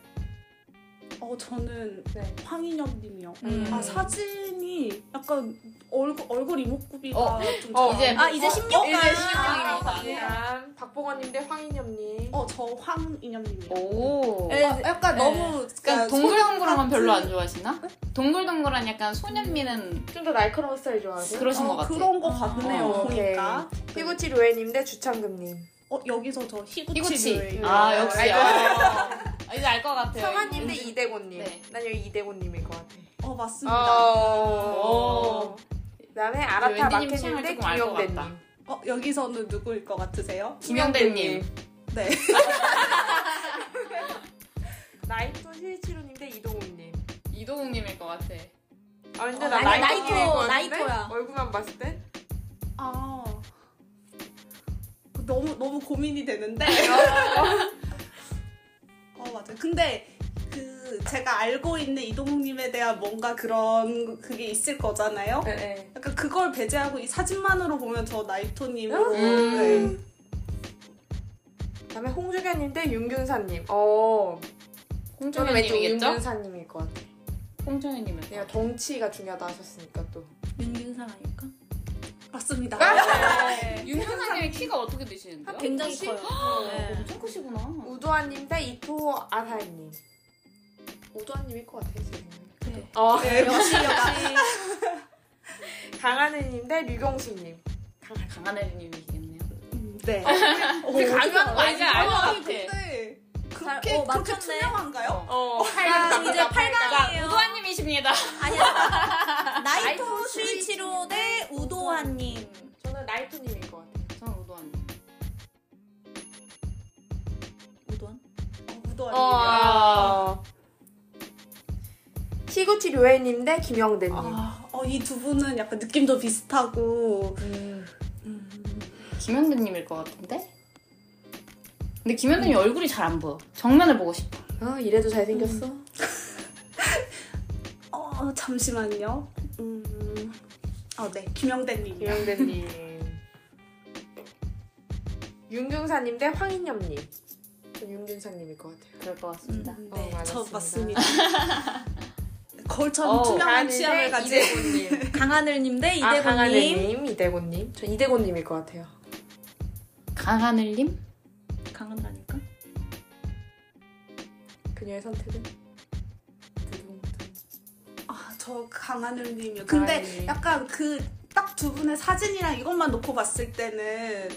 D: 어, 어, 저는
A: 네.
D: 황인영님이요.
A: 음.
D: 아 사진이 약간 얼굴 얼굴 이목구비가
C: 어.
D: 좀
A: 어,
D: 잘-
C: 이제
B: 아 이제
D: 어,
B: 16강. 예.
A: 이제
C: 신경이
A: 아,
C: 네.
A: 아, 박보건님 대 황인엽님.
D: 어, 저 황인영님이요.
C: 오.
B: 네.
D: 아, 약간
B: 네.
D: 너무
C: 그러니까 동글동글한 건
D: 같은-
C: 별로 안 좋아하시나? 동글동글한 약간 소년미는
A: 좀 더 날카로운 스타일 좋아하세요?
C: 그러신 것
D: 어,
C: 같아.
D: 그런 거
B: 아,
D: 같네요.
A: 어,
D: 보니까
A: 피구치 류애님 대 주창금님.
D: 어 여기서 저 희구치
C: 이구치.
D: 류의-
C: 아 역시. 아, 이제 알 것 같아요.
A: 성아님 대
C: 왠지-
A: 이대곤님.
C: 네.
A: 난 여기 이대곤님일 것 같아.
D: 어 맞습니다. 어,
A: 어.
C: 오.
A: 그다음에 아라타
C: 왠지님 성을
A: 마케님 대
C: 조금 알것
A: 김영대님.
C: 같다.
D: 어, 여기서는 누구일 것 같으세요?
C: 김영대님.
D: 네.
A: 나이토 실치로님 대 이동훈님.
C: 이도훈님일 것 같아.
A: 아 근데
B: 어,
A: 나
B: 나이-
A: 나이토
B: 나이토, 나이토야.
A: 얼굴만 봤을 때
D: 아 너무 너무 고민이 되는데. 어 맞아요. 근데 그 제가 알고 있는 이동욱님에 대한 뭔가 그런 그게 있을 거잖아요.
A: 네.
D: 약간 그걸 배제하고 이 사진만으로 보면 저 나이토님으로
C: 음.
D: 네.
A: 그다음에 홍주현님 대 윤균사님. 어 저는 왠지
C: 홍정현님이겠죠?
A: 윤균사님일 것 같아.
C: 홍정현님일 것
A: 내가
C: 같아.
A: 덩치가 중요하다 하셨으니까 또.
B: 윤균상 아닐까?
D: 맞습니다.
C: 아, 네. 윤현사님의 키가 어떻게
A: 아,
C: 되시는데요?
B: 굉장히
A: 혹시?
B: 커요.
A: 어,
B: 네.
C: 엄청 크시구나.
A: 우도아님 대 이토 아사님. 우도아님일 것 같아 지금.
B: 네.
A: 어.
D: 네, 역시
A: 강하늘님 대 류경수님.
C: 강하늘님이시겠네요.
D: 네.
C: 우리 강요하는 거 아니야? 알것 같아.
D: 근데 그렇게
B: 잘- 어,
D: 그렇게
B: 맞췄네.
D: 투명한가요?
A: 어.
C: 아,
B: 그럼 아, 이제 8강이에요.
C: 자, 우도환님이십니다.
B: 아니야. 나이토 스위치로 대 우도환님.
A: 저는 나이토님일 것 같아요.
C: 저는 우도환님.
B: 우도환?
D: 어, 무도 아니에요.
C: 아.
A: 시구치 료애님 대 김영대님.
D: 아, 어, 이 두 분은 약간 느낌도 비슷하고
A: 음.
C: 김현근님일 것 같은데? 근데 김현근님 얼굴이 잘 안 보여. 정면을 보고 싶어.
A: 아, 이래도 잘생겼어.
D: 어, 잠시만요. 음. 어, 네. 김영대님.
A: 김영대님. 윤경사님 대 황인엽님. 전 윤균사님일 것 같아요.
C: 그럴 것 같습니다.
D: 네,
A: 어,
D: 저
A: 맞았습니다.
D: 맞습니다. 걸처럼
C: 어,
D: 투명한
A: 강하늘 대
D: 취향을 가진
A: 네, 이대곤님.
B: 강하늘님 대
A: 아,
B: 이대건님.
A: 강하늘님, 이대곤님. 전 이대곤님일 것 같아요.
C: 강하늘님?
B: 강하늘 아닐까?
A: 그녀의 선택은? 네. 두둥두둥.
D: 아, 저 강하늘님이요. 근데
A: 강하늘님.
D: 약간 그 딱 두 분의 사진이랑 이것만 놓고 봤을 때는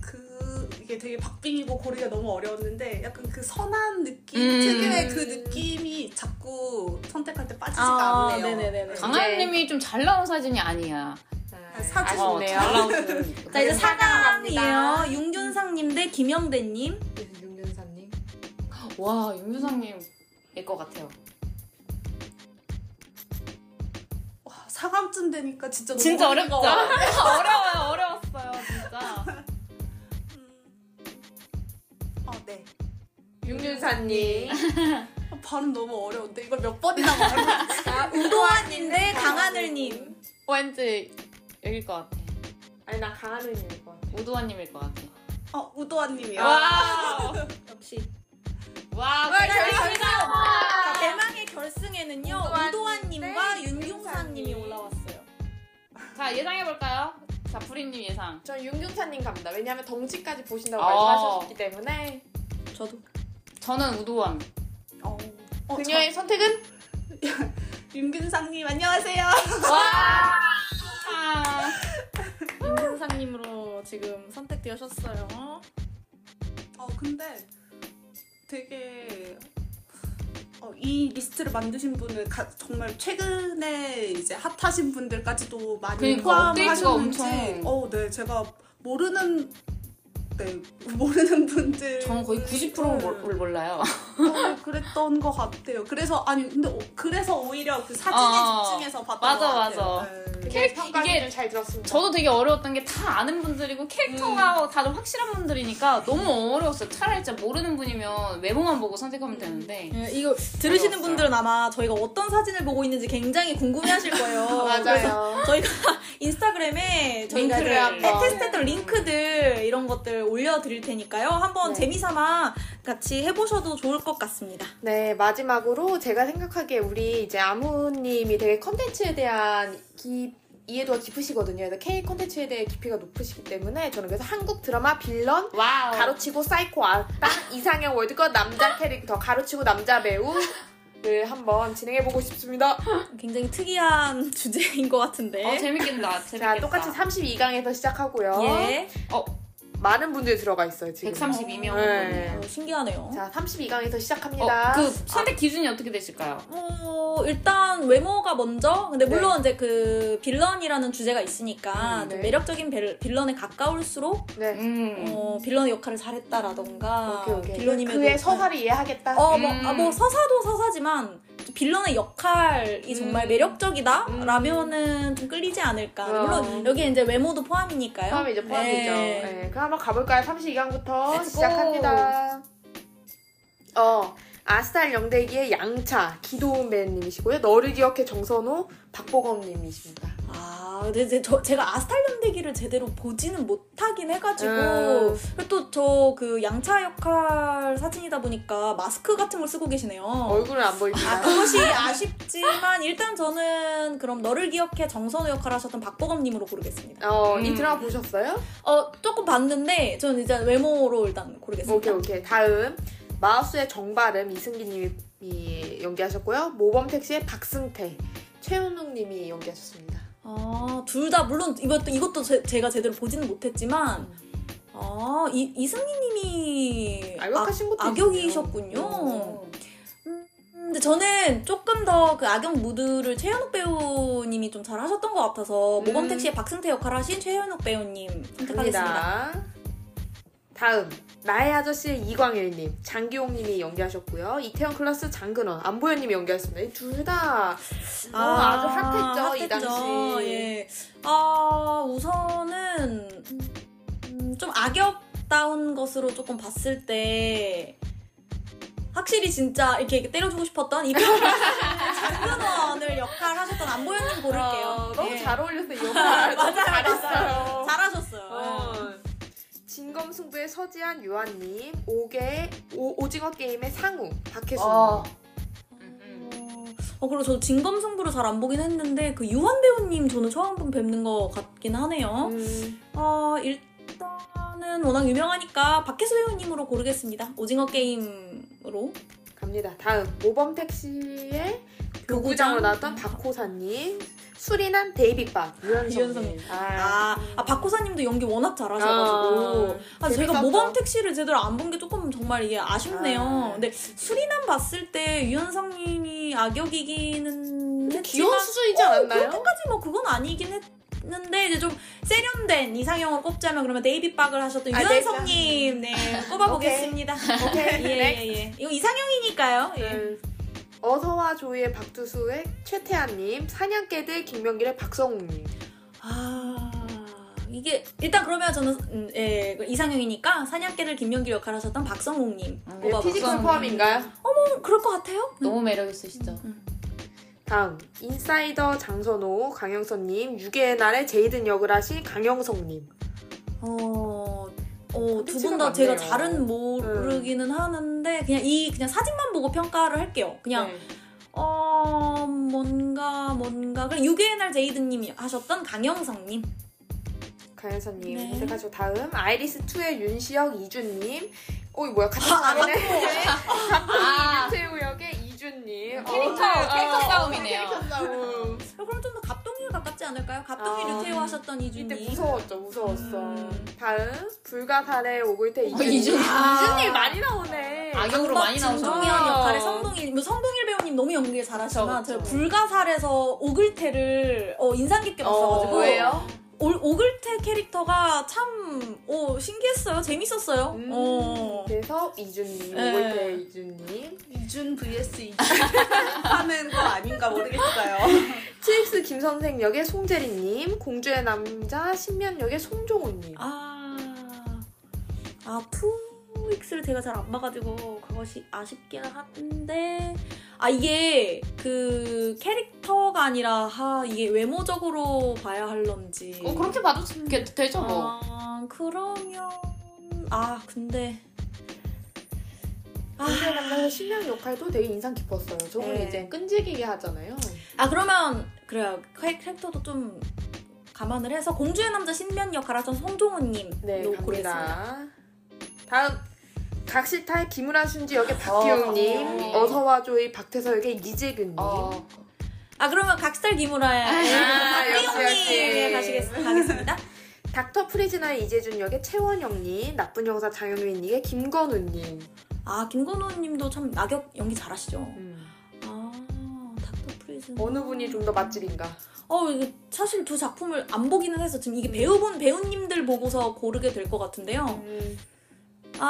D: 그 이게 되게 박빙이고 고르기가 너무 어려웠는데 약간 그 선한 느낌
C: 음.
D: 특유의 그 느낌이 자꾸 선택할 때 빠지지가 아, 않네요.
B: 네네네네.
C: 강하늘님이 좀 잘 나온 사진이 아니야.
A: 아,
D: 사진.
C: 어,
A: 아쉽네요.
C: 잘 나온
B: 자, 이제
A: 그럼 사-
B: 4강이에요. 윤균상님 대 김영대님.
A: 윤균사님.
C: 와, 윤유상님일 것 같아요.
D: 와, 4강쯤 되니까 진짜 너무
C: 진짜 어렵죠?
D: 어려워.
C: 어려워요, 어려웠어요, 진짜.
D: 음. 아, 네.
A: 윤균사님.
D: 아, 발음 너무 어려운데 이걸 몇 번이나 말하면
B: 우도환님 대 강하늘님.
C: 어, 왠지 여길 것 같아.
A: 아니, 나 강하늘님일 것 같아.
C: 우도환님일 것 같아.
D: 어, 우도환님이요.
C: 와우!
B: 역시.
C: 와,
A: 와,
C: 잘했습니다.
B: 자, 대망의 결승에는요.
A: 우도환
B: 우도환님과
A: 대
B: 윤균상님이
A: 윤균상님.
B: 올라왔어요.
C: 자, 예상해볼까요? 자, 부리님 예상.
A: 전 윤균사님 갑니다. 왜냐하면 덩치까지 보신다고
C: 아.
A: 말씀하셨기 때문에
B: 저도.
C: 저는 우도환.
D: 어, 어,
A: 그녀의 선택은
D: 저- 윤근상님 안녕하세요.
C: 와! 아.
B: 윤균상님으로 지금 선택되셨어요.
D: 어 근데 되게 어, 이 리스트를 만드신 분은 가- 정말 최근에 이제 핫하신 분들까지도 많이
C: 그러니까 업데이트가
D: 포함하셨는지
C: 엄청-
D: 어네 제가 모르는 네 모르는 분들 네.
C: 저는 거의 90%를 몰라요.
D: 어, 그랬던 것 같아요. 그래서 아니 근데 오- 그래서 오히려 그 사진에
C: 어,
D: 집중해서 봤던
C: 맞아,
D: 것 같아요.
C: 맞아.
D: 네.
A: 이게
C: 캐릭-
A: 평가를 잘 들었습니다.
C: 저도 되게 어려웠던 게 다 아는 분들이고
A: 음.
C: 캐릭터가 다들 확실한 분들이니까 너무 어려웠어요. 차라리 진짜 모르는 분이면 외모만 보고 선택하면 되는데.
B: 예, 이거 들으시는
C: 어려웠어요.
B: 분들은 아마 저희가 어떤 사진을 보고 있는지 굉장히 궁금해하실 거예요. 그래서
A: 맞아요.
B: 저희가 인스타그램에 저희가
C: 링크를
B: 이제
C: 한번.
B: 테스트했던 링크들 이런 것들 올려드릴 테니까요. 한번
A: 네.
B: 재미삼아 같이 해보셔도 좋을 것 같습니다.
A: 네, 마지막으로 제가 생각하기에 우리 이제 아무님이 되게 컨텐츠에 대한 기- 이해도가 깊으시거든요. 그래서 K 컨텐츠에 대해 깊이가 높으시기 때문에 저는 그래서 한국 드라마 빌런
C: 와우. 어,
A: 가로치고 사이코 아빠 이상형 월드컵 남자 캐릭터 가로치고 남자 배우를 한번 진행해보고 싶습니다.
B: 굉장히 특이한 주제인 것 같은데.
C: 어 재밌겠다. 재밌겠다.
A: 네. 자,
C: 어,
A: 똑같이 32강에서 시작하고요.
B: 예.
A: 많은 분들이 들어가 있어요, 지금.
C: 132명.
A: 네.
B: 어, 신기하네요.
A: 자, 32강에서 시작합니다.
C: 어, 그 선택 기준이 어떻게 되실까요?
B: 어, 일단 외모가 먼저. 근데
A: 네.
B: 물론 이제 그 빌런이라는 주제가 있으니까
A: 음, 네.
B: 좀 매력적인 빌- 빌런에 가까울수록
A: 네.
C: 음. 아,
B: 어, 빌런의 역할을 잘했다라던가 뭐
A: 오케이, 오케이.
B: 빌런이면
A: 그의 서사를 이해하겠다.
B: 어, 뭐,
C: 음.
B: 아, 뭐 서사도 서사지만 빌런의 역할이 정말
C: 음.
B: 매력적이다
A: 음.
B: 라면은 좀 끌리지 않을까.
A: 어.
B: 물론 여기 이제 외모도 포함이니까요.
A: 포함이죠, 포함이죠.
B: 네.
A: 네, 그럼 한번 가볼까요? 32강부터
C: Let's
A: 시작합니다. 어, 아스탈 영대기의 양차, 기도은배님이시고요. 너를 기억해 정선호, 박보검님이십니다.
B: 아, 근데 이제 저, 제가 아스탈련대기를 제대로 보지는 못하긴 해가지고
A: 음.
B: 또 저 그 양차 역할 사진이다 보니까 마스크 같은 걸 쓰고 계시네요.
A: 얼굴은 안
B: 아,
A: 보입니다.
B: 그것이 아쉽지만 일단 저는 그럼 너를 기억해 정선우 역할을 하셨던 박보검님으로 고르겠습니다.
A: 어, 이
C: 음.
A: 드라마 보셨어요?
B: 어 조금 봤는데 저는 일단 외모로 일단 고르겠습니다.
A: 오케이, 오케이. 다음, 마우스의 정바름, 이승기님이 연기하셨고요. 모범택시의 박승태, 최은웅님이 연기하셨습니다.
B: 아, 둘 다 물론 이것도 이것도 제, 가 제대로 보지는 못했지만 아, 이 이승민님이
A: 악역하신 것도 어,
B: 악역이셨군요. 음, 근데 저는 조금 더 그 악역 무드를 최현욱 배우님이 좀 잘하셨던 것 같아서
A: 음.
B: 모범택 시의 박승태 역할을 하신 최현욱 배우님 선택하겠습니다.
A: 갑니다. 다음 나의 아저씨의 이광일님, 장기용님이 연기하셨고요. 이태원 클라스 장근원, 안보현님이 연기하셨습니다. 이둘다 아, 아주 핫했죠, 이 당시.
B: 예. 아 우선은 음, 좀 악역다운 것으로 조금 봤을 때 확실히 진짜 이렇게 때려주고 싶었던 이병헌 장근원을 역할하셨던 안보현님 고를게요.
A: 너무
B: 예.
A: 잘 어울려서 이 역할 너무 잘했어요.
B: 잘하셨어요.
A: 어. 진검승부의 서지한 유한님, 오개 오, 오징어 게임의 상우 박혜수님.
C: 어.
A: 음,
B: 어, 그리고 저도 진검승부를 잘 안 보긴 했는데 그 유한 배우님 저는 처음 본 뵙는 것 같긴 하네요.
A: 음,
B: 어, 일단은 워낙 유명하니까 박혜수 배우님으로 고르겠습니다. 오징어 게임으로.
A: 갑니다. 다음 모범택시의 교구장으로 나왔던 박호사님, 수리남 데이비밥 유현성님.
B: 유현성님.
A: 아,
B: 아, 아 박호사님도 연기 워낙 잘하셔가지고.
A: 아,
B: 아, 제가
A: 재밌었죠.
B: 모범 택시를 제대로 안 본 게 조금 정말 이게 아쉽네요.
A: 아.
B: 근데 수리남 봤을 때 유현성님이 악역이기는 했지만
A: 귀여운 수준이지
B: 어,
A: 않았나요?
B: 그렇게까지 뭐 그건 아니긴 했는데 이제 좀 세련된 이상형을 꼽자면 그러면 데이비 박을 하셨던
A: 아,
B: 유현성님 네 꼽아보겠습니다. 어,
A: 오케이.
B: 예예예. 이거 이상형이니까요. 예.
A: 네. 어서와 조이의 박두수의 최태한님, 사냥개들 김명길의 박성웅님.
B: 아 이게 일단 그러면 저는 음, 예, 그 이상형이니까 사냥개를 김명길 역할 하셨던 박성웅님
C: 음.
A: 네,
B: 뽑아봤어요.
A: 피지컬 네.
C: 박성웅님.
A: 포함인가요?
B: 어, 그럴 것 같아요.
C: 너무 매력 있으시죠?
A: 다음 인사이더 장선호, 강영선님, 유괴의 날의 제이든 역을 하신 강영성님.
B: 어. 어, 두 분
A: 컨텐츠가
B: 다 제가
A: 많네요.
B: 잘은 모르기는 하는데 그냥 이 그냥 사진만 보고 평가를 할게요. 그냥
A: 네.
B: 어 뭔가 뭔가 그냥 유괴의 날 제이드님이 하셨던 강영성님
A: 강영선님
B: 네.
A: 선택하시고 다음 아이리스 2의 윤시혁 이준님. 어이 뭐야 같은 사람이네.
C: 아,
A: 최우 역의 이준님.
C: 캐릭터,
A: 어,
C: 캐릭터
A: 어,
C: 싸움이네요.
A: 캐릭터 싸움.
B: 어, 그럼 좀 더 갑동이에 가깝지 않을까요? 갑동이
A: 아.
B: 류태호 하셨던
A: 이때
B: 이준님
A: 무서웠죠, 무서웠어.
B: 음.
A: 다음 불가사의 오글태 이준님.
C: 어, 이준님. 아.
A: 이준님 많이 나오네.
C: 악역으로 많이
B: 진종현
C: 나오셨네요.
A: 아.
B: 역할의 성동일 뭐 성동일 배우님 너무 연기를 잘하시지만
C: 그쵸,
B: 제가
C: 그쵸.
B: 불가사에서 오글태를 어, 인상 깊게
A: 어,
B: 봤어가지고
A: 뭐예요?
B: 올- 오글태 캐릭터가 참 어, 신기했어요 재밌었어요
A: 음,
B: 어.
A: 그래서 이준님,
B: 네.
A: 오글태 이준님.
D: 이준 vs 이준 하는 거 아닌가 모르겠어요.
A: 칠스 김선생 역의 송재리님, 공주의 남자 신면 역의 송종호님.
B: 아, 아 투익스를 제가 잘 안 봐가지고 그것이 아쉽기는 한데 아 이게 그 캐릭터가 아니라 하 이게 외모적으로 봐야 할런지.
C: 어, 그렇게 봐도 되- 되죠, 뭐.
B: 아 그러면 아 근데
A: 인생 만나서 신명 역할도 되게 인상 깊었어요. 저분은
B: 네.
A: 이제 끈질기게 하잖아요.
B: 아 그러면 그래요 캐릭터도 좀 감안을 해서 공주의 남자 신면 역할 하신 성종호님
A: 네,
B: 로 고르겠습니다.
A: 갑니다. 다음 각시탈 김우라 순지 역의 박기웅님,
C: 박기웅님.
A: 어, 서와 조이 박태서 역의 이재균님.
C: 어,
B: 아 그러면 각설 김우라의
A: 아, 역시, 역시.
B: 박기용님 가시겠습니다.
A: 닥터 프리즈나의 이재준 역의 최원영님, 나쁜 형사 장현우인님의 김건우님.
B: 아 김건우님도 참 낙엽 연기 잘하시죠. 아 닥터 프리즌
A: 음, 어느 분이 좀 더 맛집인가?
B: 어 이거 사실 두 작품을 안 보기는 해서 지금 이게 배우분 배우님들 보고서 고르게 될 것 같은데요. 아,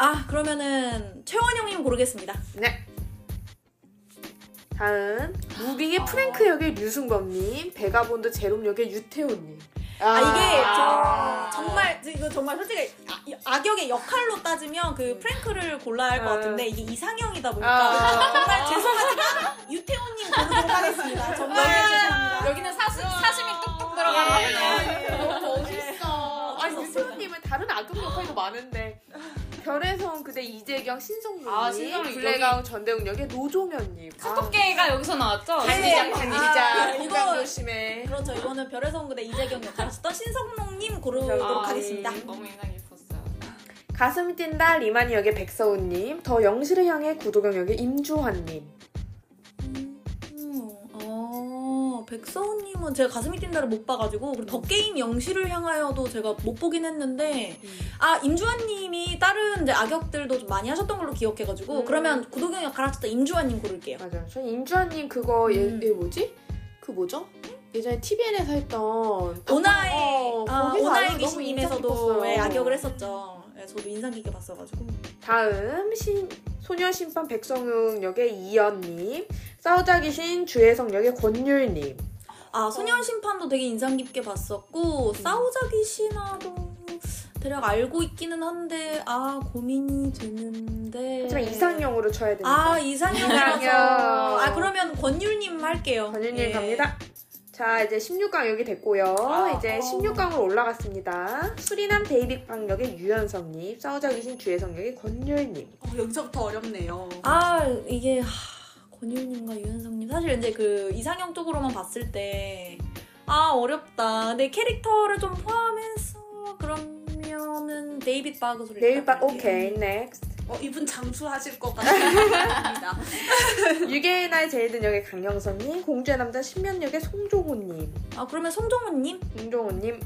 B: 아 그러면은 최원영님 고르겠습니다.
A: 네. 다음 무빙의 프랭크 역의 류승범님, 베가본드 제롬 역의 유태훈님.
B: 아 이게
A: 아.
B: 저 정말 이거 정말 솔직히 아- 이 악역의 역할로 따지면 그 프랭크를 골라야 할 것 같은데 이게 이상형이다 보니까
A: 음. 아.
B: 정말 죄송하지만 유태훈님 고르도록 하겠습니다. 정말
A: 아.
B: 죄송합니다.
C: 여기는 사시, 사심이 뚝뚝 들어가요.
A: 너무 멋있어. 아니 유태훈님은 다른 악역 역할도 많은데 별에서 온 그대 이재경 신성민님,
C: 아, 신성민
A: 블랙아웃 전대웅 역의 노종현님. 아,
C: 카톡게이가 여기서 나왔죠?
A: 간디장
B: 아,
A: 간디장
B: 이거-
A: 건강 조심해.
B: 그렇죠. 이거는 별에서 온 그대 이재경 역할하셨던 신성록님 고르도록
A: 아,
B: 하겠습니다.
A: 네.
C: 예. 너무 인상 깊었어요.
A: 가슴이 뛴다 리마니 역의 백서훈님, 더 영실을 향해 구도경 역의 임주환님.
B: 음, 어, 백서훈님은 제가 가슴이 뛴다를 못 봐가지고 그리고 더 게임 영시를 향하여도 제가 못 보긴 했는데
A: 음.
B: 아 임주환님이 다른 이제 악역들도 좀 많이 하셨던 걸로 기억해가지고
A: 음.
B: 그러면 구도경 역할 하셨던 임주환님 고를게요.
A: 맞아요. 전 임주환님 그거 얘,
B: 음.
A: 얘 뭐지? 그 뭐죠? 예전에 TVN에서 했던
B: 오나의
A: 어,
B: 아,
A: 거기서
B: 오나의
A: 아주 너무
B: 귀신님에서도
A: 인상
B: 예,
A: 깊었어요.
B: 악역을 했었죠. 예, 저도 인상 깊게 봤어가지고
A: 다음 신 소녀 심판 백성웅 역의 이연님, 싸우자 귀신 주혜성 역의 권율님. 어.
B: 아 소년 심판도 되게 인상 깊게 봤었고
A: 음.
B: 싸우자 귀신화도 대략 알고 있기는 한데 아 고민이 되는데
A: 하지만 이상형으로 쳐야 됩니다.
B: 아 이상형이라서
A: 이상형.
B: 아 그러면 권율님 할게요
A: 권율님
B: 예.
A: 갑니다. 자 이제 16강 여기 됐고요.
C: 아,
A: 이제
B: 어.
A: 16강으로 올라갔습니다. 수리남 데이빅방 역의 유연성님, 싸우자 귀신 주혜성 역의 권율님.
D: 어, 여기서부터 어렵네요.
B: 아 이게 하, 권율님과 유현성님 사실 이제 그 이상형 쪽으로만 봤을 때 아 어렵다 내 캐릭터를 좀 포함해서 그러면은 데이빗 바그소리
A: 데이빅방 오케이 넥스트.
D: 어, 이분 장수하실 것 같습니다.
A: 유괴의 날 제이든 역의 강영선님, 공주의 남자 신면 역의 송종호님,
B: 아 그러면 송정훈님
A: 공종호님.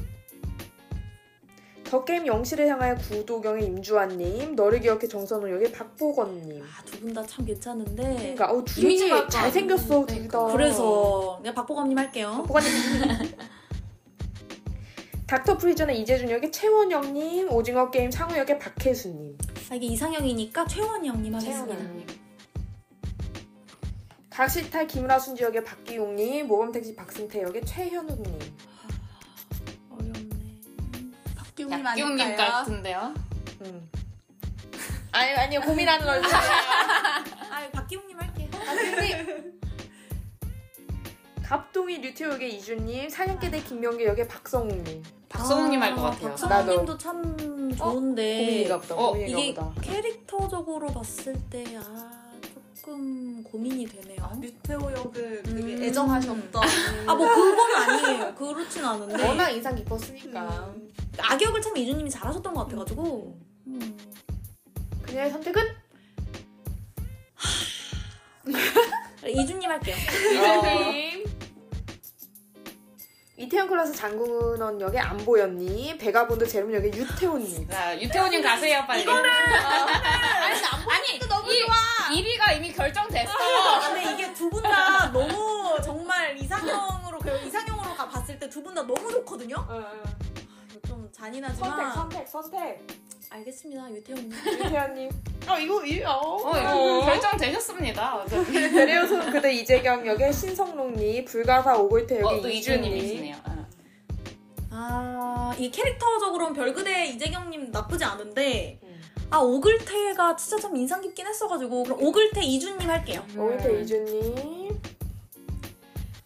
A: 더 게임 영실을 향하여 구도경의 임주환님, 너를 기억해 정선호 역의 박보건님.
B: 아 두 분 다 참 괜찮은데
A: 그러니까 어 둘이
C: 이미지가 약간-
A: 잘 생겼어 둘
C: 그러니까.
A: 다.
B: 그래서 그냥 박보검님 할게요
A: 보건님. 닥터 프리전의 이재준 역의 최원영님, 오징어 게임 상우 역의 박혜수님.
B: 아, 이게 이상형이니까 최원영님 하겠습니다
C: 채연아님.
A: 각시탈 김우라 순지 역의 박기용님, 모범택시 박승태 역의 최현욱님.
B: 어렵네
D: 박기웅님
C: 약기웅님
D: 아닐까요?
C: 같은데요?
A: 음. 아니 아니요 고민하는 얼굴.
B: 아 박기웅님 할게요
A: 갑동이 류태욱의 이준님, 사냥개대 김명기 역의 박성웅님.
C: 박성웅님
B: 아,
C: 할 것 같아요.
B: 박성웅님도 참 좋은데
A: 고민이가 보다.
C: 어,
A: 고민이가
B: 이게
A: 보다.
B: 캐릭터적으로 봤을 때 아 조금 고민이 되네요.
D: 뮤테오 역을 아, 되게
B: 음.
D: 애정하셨던.
B: 아 뭐 그건 아니에요. 그렇진 않은데
A: 워낙 인상 깊었으니까.
D: 음.
B: 악역을 참 이준님이 잘하셨던 것 같아가지고 음.
A: 그녀의 선택은?
B: 그래, 이준님 할게요.
C: 어.
A: 이태원 클라스 장군원 역의 안보연님, 베가본드 제롬 역의 유태훈님.
C: 자, 유태훈님 가세요, 빨리. 이거를. 아니, 너무 좋아. 1위가 이미 결정됐어.
B: 아, 근데 이게 두 분 다 너무 정말 이상형으로 그 이상형으로 가 봤을 때 두 분 다 너무 좋거든요. 이거 좀 잔인하지만
A: 어, 선택, 선택.
B: 알겠습니다 유태훈님.
A: 유태현님. 아 이거 이어.
C: 어, 이거 결정되셨습니다. 어,
A: 베레오손 그대 이재경 역의 신성록님, 불가사 오골태 역의
C: 어, 또
A: 이준님.
C: 이준님이시네요. 어.
B: 아, 이 캐릭터적으로는 별그대 이재경님 나쁘지 않은데,
A: 음.
B: 아, 오글태가 진짜 참 인상 깊긴 했어가지고, 그럼 오글태 이준님 할게요.
A: 음. 오골태 이준님.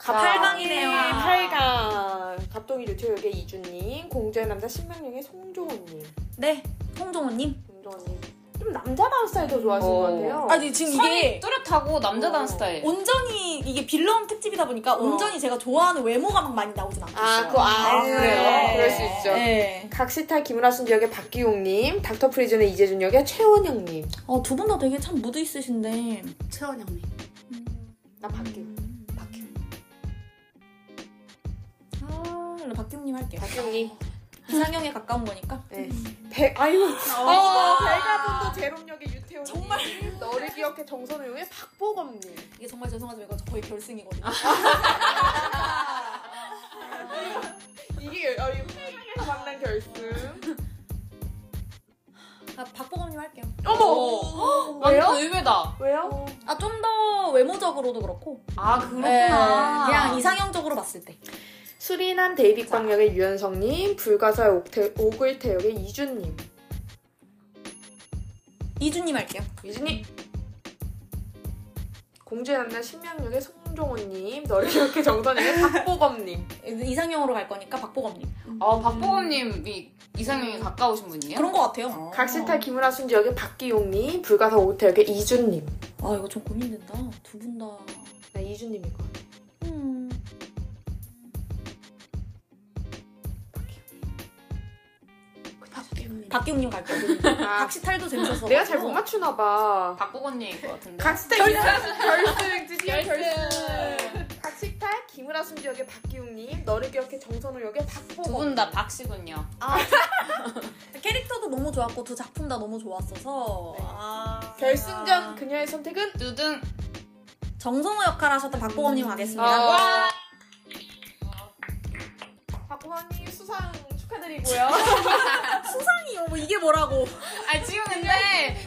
B: 팔강이네요.
A: 팔강. 갑동이 류태혁의 이준님, 공주의 남자 신명령의 송종호님.
B: 네, 홍종호님.
A: 송종호님. 좀 남자다운 스타일 더 좋아하시는
C: 어.
A: 것 같아요.
B: 아니 지금
C: 선이
B: 이게
C: 뚜렷하고 남자다운
A: 어.
C: 스타일.
B: 온전히 이게 빌런 특집이다 보니까 온전히 제가 좋아하는 외모가 막 많이 나오진 않고
A: 아,
B: 있어요.
A: 그거 아,
B: 네.
A: 그래요.
B: 네.
A: 그럴 수 있죠.
B: 네.
A: 각시탈 김은하 순 역의 박기용님, 닥터 프리즌의 이재준 역의 최원영님.
B: 어, 두 분 다 되게 참 무드 있으신데
D: 최원영님.
A: 나 박기용. 박기용.
B: 아, 일로 박기웅님 할게요.
A: 박기용님.
B: 이상형에 가까운 거니까.
A: 네. 배, 아유. 어, 배가 좀더 제롬역의 유태원.
B: 정말.
A: 너를 기억해 정선우의 박보검님.
B: 이게 정말 죄송하지만 이거 거의 결승이거든요.
A: 아. 이게 어, 이거 팔강에서 만난 결승.
B: 아, 박보검님 할게요.
C: 어머! 완전 의외다.
A: 왜요?
B: 아, 좀 더 외모적으로도 그렇고.
C: 아, 그렇구나.
B: 네, 그냥 이상형적으로 봤을 때.
A: 수리남 데이빗광 역의 유현성님, 불가사의 옥태, 오글태 역의 이준님.
B: 이준님 할게요.
A: 이준님. 공주의 남자 신명 역의 송종호님, 너를 기억해 정선우의 박보검님.
B: 이상형으로 갈 거니까 박보검님.
C: 어, 박보검님이 이상형이 가까우신 분이에요?
B: 그런 것 같아요.
A: 예. 어. 각시탈 김은하 순지 역의 박기용님, 불가사 오태 역의 이준님.
B: 아, 이거 좀 고민된다. 두 분 다.
A: 나 이준님일 것 같아.
B: 음.
A: 아, 박기용님.
B: 박기웅님 갈게요.
A: 아,
B: 각시탈도 재밌었어.
A: 내가 잘 못 맞추나 봐.
C: 박보검님일 것 같은데.
A: 각시탈 결승 결승 드디어
C: 결승.
A: 각시탈 김은하 순지 역의 박기용님, 너를 기억해 정선우 역의 박보검.
C: 두 분 다 박씨군요.
B: 캐릭터도 너무 좋았고 두 작품 다 너무 좋았어서.
A: 네.
B: 아.
A: 결승전 그녀의 선택은
C: 두둥. 어.
B: 정성호 역할 하셨던 박보검님 가겠습니다.
A: 와. 박보검님 수상 축하드리고요.
B: 수상이요. 뭐 이게 뭐라고.
C: 아, 지금 근데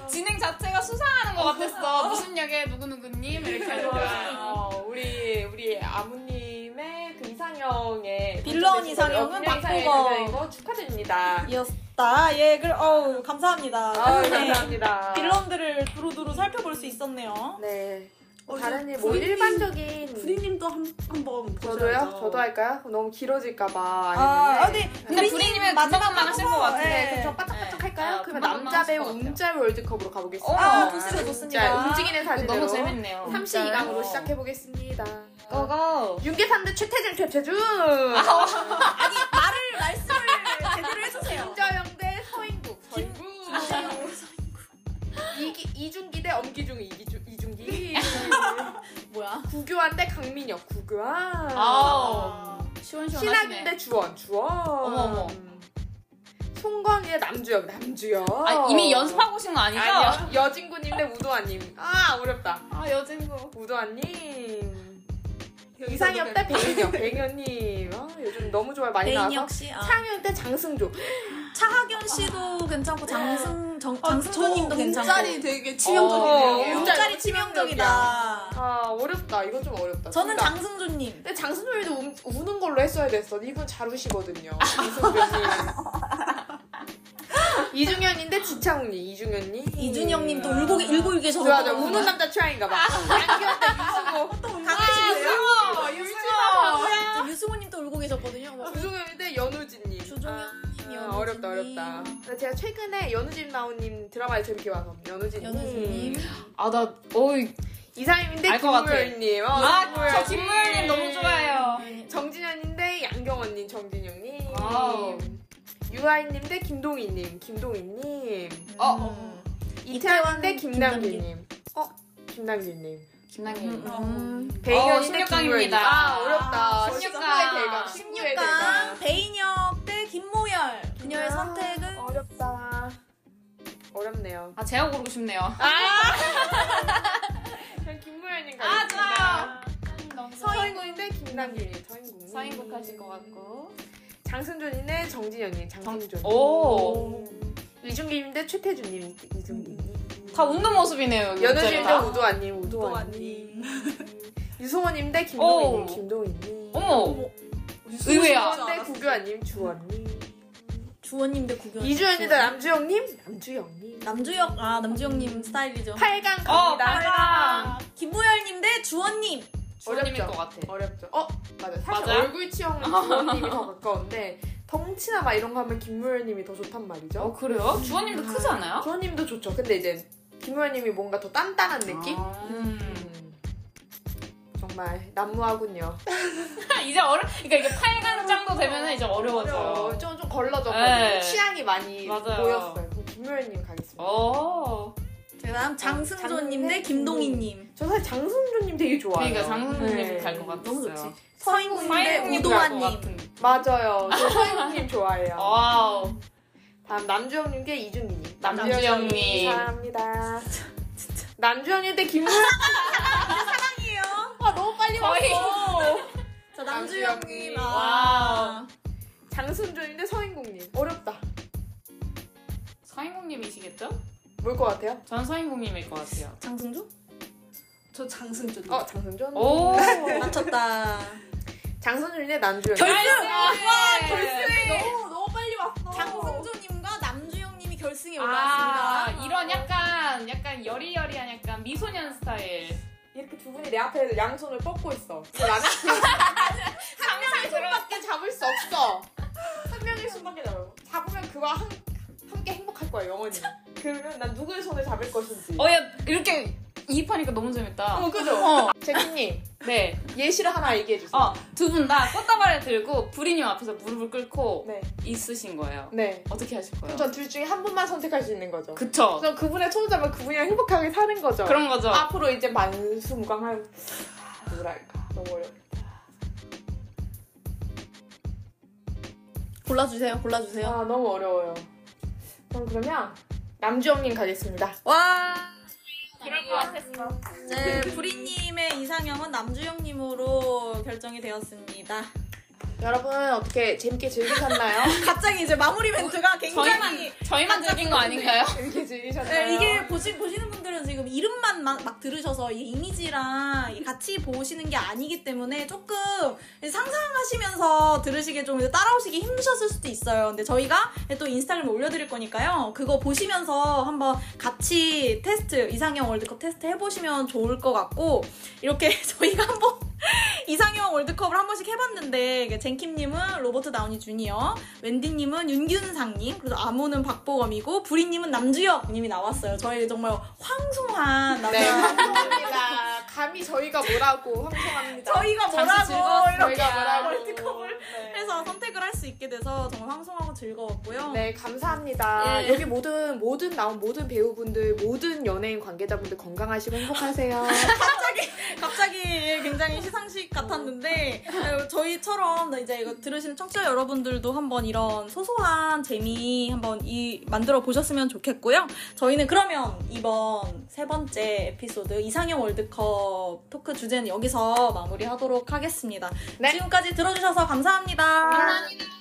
C: 진행 자체가 수상하는 것 같았어. 무슨 역에 누구누구님?
A: 네,
C: 이렇게 하는 거야.
A: 어, 우리 우리 아무님의 그 이상형의
B: 빌런
A: 네, 선택이신 거죠?
B: 이상형은
A: 빌런 네, 이상형의
B: 박보검.
A: 그녀인 거 축하드립니다.
B: 이었다. 예, 글, 어우, 감사합니다.
A: 아,
B: 네.
A: 감사합니다.
B: 빌런들을 두루두루 살펴볼 수 있었네요.
A: 네.
D: 어,
A: 다른
D: 이제
A: 일뭐
D: 부인님-
A: 일반적인
D: 부리님도 한- 한번 보셔야죠.
A: 저도요? 저도 할까요? 너무 길어질까 봐.
B: 아,
A: 아니면은-
B: 근데,
C: 근데 브리님은 마지막만 하실 것 같아.
D: 어, 예.
A: 네, 그럼
B: 네.
A: 저 빠짝빠짝 할까요?
C: 네.
A: 그러면
C: 아,
A: 남자 배우
C: 맞을 것 같아요.
A: 움짤 월드컵으로 가보겠습니다.
D: 어,
C: 아,
B: 좋습니다, 좋습니다.
A: 어, 움짤, 움직이는 어. 사진으로.
C: 너무 재밌네요.
A: 32강으로
C: 어.
A: 시작해보겠습니다.
C: 고고.
A: 윤계산 대 최태준, 최태준! 아, 어.
B: 아니, 말을, 말씀을 제대로 해주세요.
A: 김저영 대 서인국, 서인국. 이기, 이준기 대 엄기중, 이기중, 이준기.
B: 뭐야?
A: 구교환 대 강민혁, 구교환.
C: 아우.
A: 신학인
C: 시원시원하시네.
A: 대 주원, 주원.
C: 어머, 어머.
A: 송광의 남주혁, 남주혁.
C: 아, 이미 연습하고 오신 거 아니죠?
A: 아니요. 여진구님 대 우도환님. 아, 어렵다.
C: 아, 여진구.
A: 우도환님.
D: 네.
A: 이상엽 대 백은혁, 백은혁님. 아, 요즘 너무 좋아요. 많이
B: 대인
A: 나와서.
B: 역시. 아.
A: 창현 대 장승조.
B: 차학연 씨도 괜찮고,
A: 네.
B: 장승, 정, 장승조님도 괜찮고.
D: 문자리 어, 되게
A: 어,
D: 아, 치명적이네요.
A: 문자-
B: 문자리 치명적이다.
A: 아, 어렵다. 이건 좀 어렵다. 둘
B: 저는
A: 다.
B: 장승조님.
A: 근데 장승조님도 우, 우는 걸로 했어야 됐어. 이분 잘 우시거든요. 장승조님. 이중현인데 지창욱님, 이중현님.
B: 이준영님 또 울고, 울고 일게 저도.
A: 아. 좋아, 좋아. 우는 남자 취향인가 봐. 양현 대 유승호. 아, 유승호. 유승호.
B: 네. 유승호님 또 울고 계셨거든요. 막.
A: 주종현인데 연우진님.
B: 주종현님,
A: 아, 어렵다
B: 연우진님.
A: 어렵다. 근데 제가 최근에 연우진 나오님 드라마에 재밌게 봐서 연우진님.
B: 연우진님.
C: 아, 나, 어이.
A: 이상임인데
C: 알것 같아.
A: 김무열님. 어,
C: 아, 네.
A: 김무열.
C: 저 김무열님 너무 좋아해요.
B: 네.
A: 정진현인데 양경원님, 정진영님.
C: 와우.
A: 유아인님대 김동희님, 김동희님.
C: 어, 어.
B: 음.
A: 이태원인데
B: 이태원,
A: 김남규님. 어, 김남규님.
B: 음,
C: 김남규님.
A: 음, 배희연인데
C: 어,
A: 김무열님.
C: 십육강입니다.
A: 아, 어렵다.
C: 십육강.
A: 십육강의 대감. 십육의 대감.
B: 16강 배인혁 대 김모열. 그녀의
A: 아,
B: 선택은
A: 어렵다. 어렵네요.
C: 아, 제가 고르고 싶네요.
A: 그냥 김무현님
C: 아, 좋아요.
A: 음, 서인국인데 김남길님 서인국.
C: 서인국 하실 것 같고.
A: 장승준인데 정진현님 장승준. 음.
C: 오.
A: 이준기인데 최태준님 이준기님.
C: 다 웃는 모습이네요. 여기
A: 연우진인데
C: 진짜.
A: 우도환님 우도환님.
D: 도아님.
A: 유승원님인데
C: 오.
A: 김동희님 김동희님.
C: 어머. 의외야.
A: 주원대 구교환님 주원님.
B: 주원님 대 구경.
A: 이주연인데 남주영님 남주영님.
B: 남주혁 아 남주혁님 스타일이죠.
A: 8강
C: 어,
A: 갑니다.
C: 빨강.
B: 김모열님 대 주원님.
C: 주원님일
A: 어렵죠?
C: 것 같아.
A: 어렵죠. 어 맞아. 사실
C: 맞아요?
A: 얼굴 취향은 주원님이 더 가까운데 덩치나 막 이런 거 하면 김무열님이 더 좋단
C: 어
A: 말이죠.
C: 그래요? 주원님도 크지 않아요?
A: 주원님도 좋죠. 근데 이제 김무열님이 뭔가 더 단단한 느낌?
C: 아, 음.
A: 음. 정말 난무하군요.
C: 이제 어려 그러니까 이게 8강장도 되면 이제
A: 어,
C: 어려워져요.
A: 좀, 좀 걸러져.
C: 네.
A: 취향이 많이
C: 맞아요.
A: 보였어요. 그럼 김무열님 가겠습니다.
C: 어.
B: 그다음 장승조님 대
A: 장승-
B: 김동희님.
A: 저 사실 장승준님 되게 좋아요.
C: 그러니까 장훈님
A: 네.
C: 갈 것 같았어요.
B: 너무 좋지.
A: 서인국님 대
C: 사인님
B: 우동환님.
A: 맞아요. 저 서인국님 좋아해요.
C: 와우.
A: 다음 남주영님 께 이준미님.
C: 어? 남주영님.
A: 감사합니다. 남주영님 대 김무열.
B: 사랑해요.
A: 아 너무 빨리
C: 거의.
A: 왔어.
B: 저
A: 남주영님. 아.
B: 남주영님.
C: 와우.
A: 장승준님 대 서인국님. 어렵다.
C: 서인국님이시겠죠?
A: 뭘 것 같아요?
C: 전 서인국님일 것 같아요.
B: 장승조?
D: 저 장승준.
A: 어 장승준.
C: 오.
A: 어,
B: 어, 맞췄다.
A: 장승준 대 남주영.
B: 결승!
C: 와 결승.
A: 네. 너무 너무 빨리 왔어.
B: 장승조님과 남주영님이 결승에 올라왔습니다.
C: 아 이런 약간 약간 여리여리한 약간 미소년 스타일.
A: 이렇게 두 분이 내 앞에 양손을 뻗고 있어. 근데 나는 한 명의 손밖에 잡을 수 없어. 한 명의 손밖에 잡아. 잡으면 그와 함, 함께 행복할 거야 영원히. 그러면 난 누구의 손을 잡을 것인지.
C: 어야 이렇게 이입하니까 너무 재밌다.
A: 어, 그죠?
C: 어.
A: 제키님
C: 네.
A: 예시를 하나 얘기해 주세요.
C: 어, 두 분 다 꽃다발을 들고 부리님 앞에서 무릎을 꿇고
A: 네.
C: 있으신 거예요.
A: 네.
C: 어떻게 하실
A: 그럼
C: 거예요?
A: 전 둘 중에 한 분만 선택할 수 있는 거죠.
C: 그쵸.
A: 그럼 그분의 손을 잡아 그분이랑 행복하게 사는 거죠.
C: 그런 거죠.
A: 앞으로 이제 만수무강할 뭐랄까 너무 어려.
B: 골라주세요, 골라주세요.
A: 아 너무 어려워요. 그럼 그러면 남주영님 가겠습니다.
B: 와.
C: 그럴 것 같았어.
B: 네, 부리님의 이상형은 남주영님으로 결정이 되었습니다.
A: 여러분 어떻게 재밌게 즐기셨나요?
B: 갑자기 이제 마무리 멘트가
C: 어, 저희만,
B: 굉장히.
C: 저희만 즐긴 거 아닌가요?
A: 재밌게 즐기셨나요?
B: 네, 이게 보시, 보시는 분들은 지금 이름만 막, 막 들으셔서 이 이미지랑 이 같이 보시는 게 아니기 때문에 조금 상상하시면서 들으시기에 좀 이제 따라오시기 힘드셨을 수도 있어요. 근데 저희가 또 인스타그램에 올려드릴 거니까요. 그거 보시면서 한번 같이 테스트, 이상형 월드컵 테스트 해보시면 좋을 것 같고, 이렇게 저희가 한번 이상형 월드컵을 한 번씩 해봤는데 이게 젠킴님은 로버트 다우니 주니어, 웬디님은 윤균상님, 그래서 아모는 박보검이고 부리님은 남주혁님이 나왔어요. 저희 정말 황송한 남자.
A: 네, 감사합니다. 감히 저희가 뭐라고 황송합니다.
B: 저희가
C: 잠시
B: 뭐라고
C: 즐거웠습니다.
B: 이렇게
A: 저희가 뭐라고
B: 월드컵을
A: 네.
B: 해서 선택을 할 수 있게 돼서 정말 황송하고 즐거웠고요.
A: 네, 감사합니다.
B: 예.
A: 여기 모든 모든 나온 모든 배우분들, 모든 연예인 관계자분들 건강하시고 행복하세요.
B: 갑자기 굉장히 시상식 같았는데 아유, 저희처럼 이제 이거 들으시는 청취자 여러분들도 한번 이런 소소한 재미 한번 이 만들어 보셨으면 좋겠고요. 저희는 그러면 이번 세 번째 에피소드 이상형 월드컵 토크 주제는 여기서 마무리하도록 하겠습니다.
A: 네.
B: 지금까지 들어주셔서 감사합니다.
C: 감사합니다.